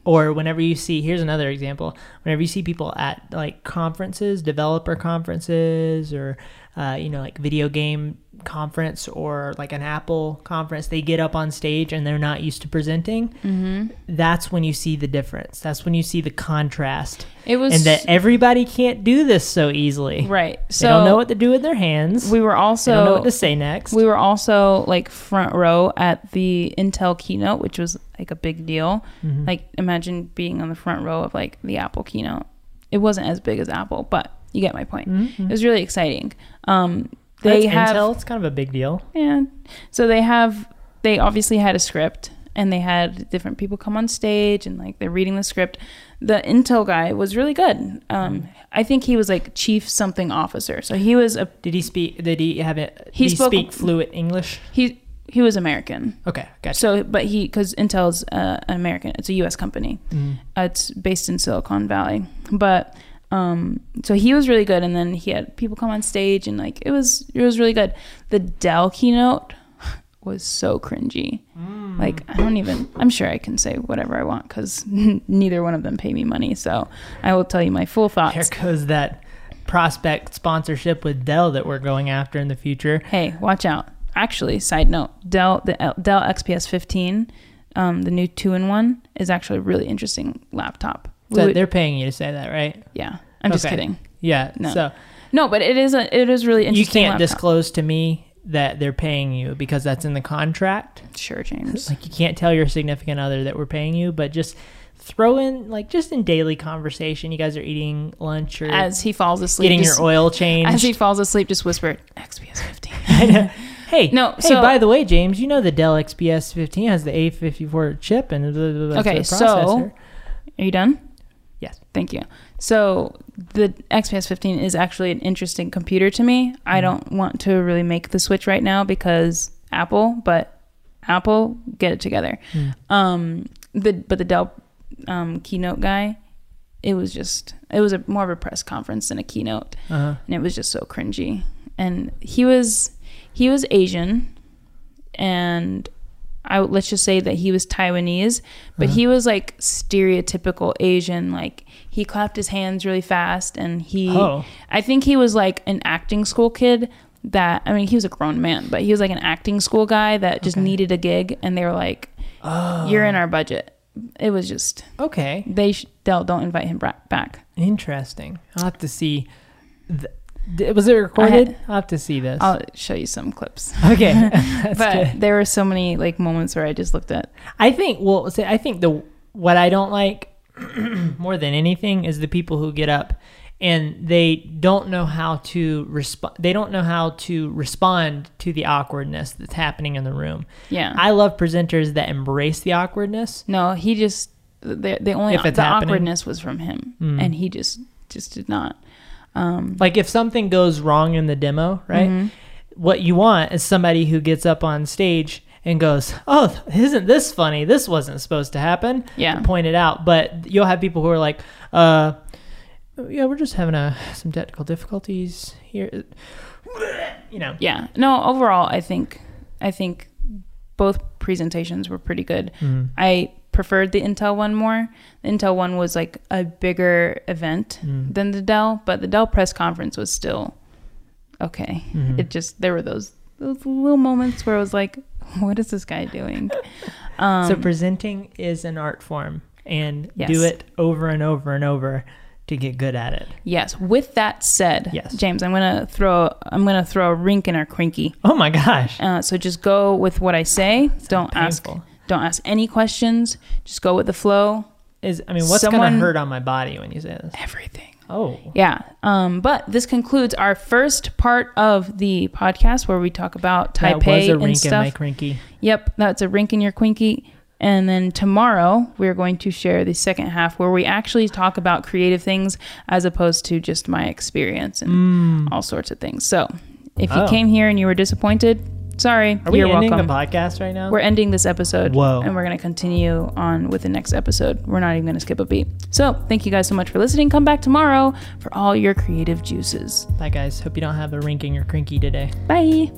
Speaker 2: or whenever you see here's another example, whenever you see people at like conferences, developer conferences, or uh, you know like video game conference or like an Apple conference, they get up on stage and they're not used to presenting.
Speaker 1: Mm-hmm.
Speaker 2: That's when you see the difference. That's when you see the contrast
Speaker 1: it was
Speaker 2: and that everybody can't do this so easily.
Speaker 1: right.
Speaker 2: They
Speaker 1: So
Speaker 2: don't know what to do with their hands.
Speaker 1: we were
Speaker 2: they don't know
Speaker 1: also
Speaker 2: what to say next.
Speaker 1: we were also like front row at the Intel keynote, which was like a big deal.
Speaker 2: Mm-hmm.
Speaker 1: Like imagine being on the front row of like the Apple keynote. It wasn't as big as Apple, but you get my point. It was really exciting. Um, they
Speaker 2: Mm-hmm. That's
Speaker 1: have
Speaker 2: Intel. It's kind of a big deal.
Speaker 1: yeah. So they have they obviously had a script and they had different people come on stage and like they're reading the script. The Intel guy was really good.
Speaker 2: Mm-hmm.
Speaker 1: Um, I think he was like chief something officer. So he was a
Speaker 2: Did he speak? Did he have it?
Speaker 1: He
Speaker 2: did he
Speaker 1: spoke-
Speaker 2: speak fluent English.
Speaker 1: he he was American.
Speaker 2: Okay, gotcha.
Speaker 1: So, but he because Intel's uh, an American, it's a U.S. company. Uh, it's based in Silicon Valley, but um so he was really good and then he had people come on stage and like it was it was really good the dell keynote was so cringy like i don't even i'm sure i can say whatever i want because neither one of them pay me money so i will tell you my full
Speaker 2: There
Speaker 1: thoughts
Speaker 2: goes that prospect sponsorship with Dell that we're going after in the future.
Speaker 1: hey watch out actually side note dell the L- dell xps 15 um, the new two-in-one is actually a really interesting laptop We
Speaker 2: So
Speaker 1: would-
Speaker 2: they're paying you to say that, right?
Speaker 1: yeah i'm just
Speaker 2: Okay.
Speaker 1: kidding
Speaker 2: Yeah.
Speaker 1: No.
Speaker 2: So
Speaker 1: no but it is a it is really
Speaker 2: you
Speaker 1: interesting
Speaker 2: can't
Speaker 1: laptop.
Speaker 2: disclose to me that they're paying you because that's in the contract.
Speaker 1: sure james
Speaker 2: Like you can't tell your significant other that we're paying you, but just throw in like just in daily conversation, you guys are eating lunch or
Speaker 1: as he falls asleep
Speaker 2: getting
Speaker 1: just-
Speaker 2: your oil changed.
Speaker 1: As he falls asleep, just whisper XPS 15.
Speaker 2: Hey,
Speaker 1: No,
Speaker 2: Hey,
Speaker 1: so-
Speaker 2: by the way, James, you know the Dell XPS 15 has the A54 chip and the, the, the
Speaker 1: Okay,
Speaker 2: the
Speaker 1: so-
Speaker 2: processor.
Speaker 1: Are you done?
Speaker 2: Yes.
Speaker 1: Thank you. So the XPS 15 is actually an interesting computer to me.
Speaker 2: Mm-hmm.
Speaker 1: I don't want to really make the switch right now because Apple, but Apple, get it together.
Speaker 2: Mm.
Speaker 1: Um, the but the Dell um, keynote guy, it was just it was a more of a press conference than a keynote.
Speaker 2: Uh-huh.
Speaker 1: and it was just so cringy. And he was he was Asian, and I would- let's just say that he was Taiwanese, but
Speaker 2: Uh-huh.
Speaker 1: he was like stereotypical Asian. Like he clapped his hands really fast, and he
Speaker 2: Oh.
Speaker 1: I think he was like an acting school kid that I mean he was a grown man, but he was like an acting school guy that just
Speaker 2: Okay.
Speaker 1: needed a gig, and they were like,
Speaker 2: Oh.
Speaker 1: "You're in our budget." It was just
Speaker 2: Okay.
Speaker 1: they sh- they'll don't invite him bra- back.
Speaker 2: Interesting. I'll have to see. Th- th- was it recorded? I'll have to see this.
Speaker 1: I'll show you some clips.
Speaker 2: okay. That's
Speaker 1: but
Speaker 2: good.
Speaker 1: there were so many like moments where I just looked at
Speaker 2: I think. Well, see, I think the what I don't like more than anything is the people who get up and they don't know how to respond. They don't know how to respond to the awkwardness that's happening in the room.
Speaker 1: yeah.
Speaker 2: I love presenters that embrace the awkwardness.
Speaker 1: no, he just the the only
Speaker 2: If it's
Speaker 1: the
Speaker 2: happening. Hmm.
Speaker 1: awkwardness was from him, and he just just did not. Um,
Speaker 2: Like if something goes wrong in the demo, right?
Speaker 1: Mm-hmm.
Speaker 2: What you want is somebody who gets up on stage and goes, "Oh, isn't this funny? This wasn't supposed to happen."
Speaker 1: Yeah.
Speaker 2: Point it out, but you'll have people who are like, "Uh, yeah, we're just having a some technical difficulties here." You know.
Speaker 1: yeah. No, overall, I think I think both presentations were pretty good.
Speaker 2: Mm.
Speaker 1: I preferred the Intel one more. The Intel one was like a bigger event
Speaker 2: Mm.
Speaker 1: than the Dell, but the Dell press conference was still okay.
Speaker 2: Mhm.
Speaker 1: It just there were those those little moments where I was like, "What is this guy doing?" Um,
Speaker 2: so presenting is an art form, and
Speaker 1: Yes.
Speaker 2: do it over and over and over to get good at it.
Speaker 1: Yes. With that said,
Speaker 2: Yes.
Speaker 1: James, I'm gonna throw I'm gonna throw a rink in our crinky.
Speaker 2: Oh my gosh.
Speaker 1: Uh, so just go with what I say. Don't
Speaker 2: painful.
Speaker 1: ask don't ask any questions. Just go with the flow.
Speaker 2: Is I mean, what's
Speaker 1: Someone-
Speaker 2: gonna hurt on my body when you say this?
Speaker 1: Everything.
Speaker 2: Oh.
Speaker 1: Yeah. Um, but this concludes our first part of the podcast where we talk about Taipei and stuff.
Speaker 2: Rinky.
Speaker 1: Yep, that's a rink in your quinky. And then tomorrow we're going to share the second half where we actually talk about creative things as opposed to just my experience and all sorts of things. So if you
Speaker 2: Mm. Oh.
Speaker 1: came here and you were disappointed, sorry,
Speaker 2: Are we
Speaker 1: you're
Speaker 2: ending
Speaker 1: welcome.
Speaker 2: the podcast right now?
Speaker 1: we're ending this episode.
Speaker 2: Whoa.
Speaker 1: And we're going to continue on with the next episode. We're not even going to skip a beat. So thank you guys so much for listening. Come back tomorrow for all your creative juices.
Speaker 2: Bye guys. Hope you don't have a rink in your crinky today.
Speaker 1: Bye.